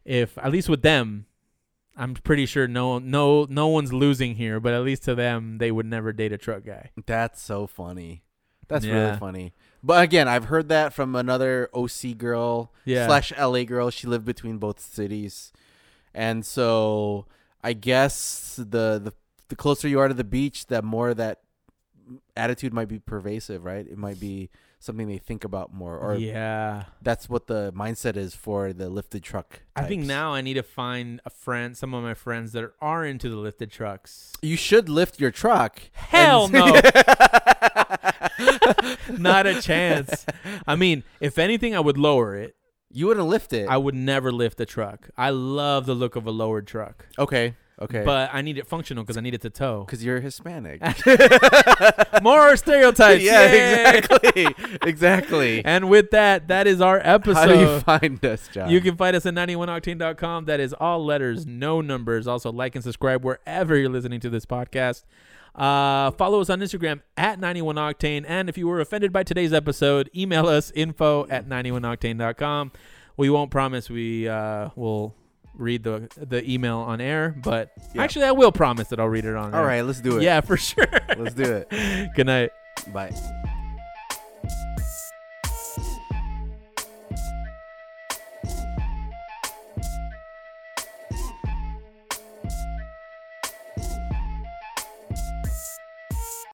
S1: if at least with them, I'm pretty sure no no no one's losing here, but at least to them they would never date a truck guy.
S2: That's so funny. That's
S1: Yeah.
S2: really funny. But again, I've heard that from another OC girl
S1: Yeah.
S2: slash LA girl. She lived between both cities, and so I guess the the the closer you are to the beach, the more that attitude might be pervasive, right? It might be something they think about more, or
S1: yeah.
S2: that's what the mindset is for the lifted truck.
S1: I think
S2: types.
S1: now I need to find a friend, some of my friends that are into the lifted trucks.
S2: you should lift your truck.
S1: Hell
S2: and-
S1: no. Not a chance. I mean, if anything, I would lower it.
S2: you wouldn't lift it.
S1: I would never lift a truck. I love the look of a lowered truck,
S2: okay, okay,
S1: but I need it functional because I need it to tow.
S2: because you're Hispanic.
S1: More stereotypes.
S2: yeah,
S1: Yay!
S2: exactly. exactly.
S1: And with that, that is our
S2: How do you
S1: episode.
S2: find us, John?
S1: You, can find us at 91octane.com. That is all letters, no numbers. Also, like and subscribe wherever you're listening to this podcast. Uh, follow us on Instagram at 91octane. And if you were offended by today's episode, email us info at 91octane.com. We won't promise we uh, will read the the email on air, but
S2: Yeah.
S1: actually, I will promise that I'll read it on
S2: All
S1: air.
S2: right, let's do it.
S1: Yeah, for sure.
S2: Let's do it.
S1: Good night.
S2: Bye.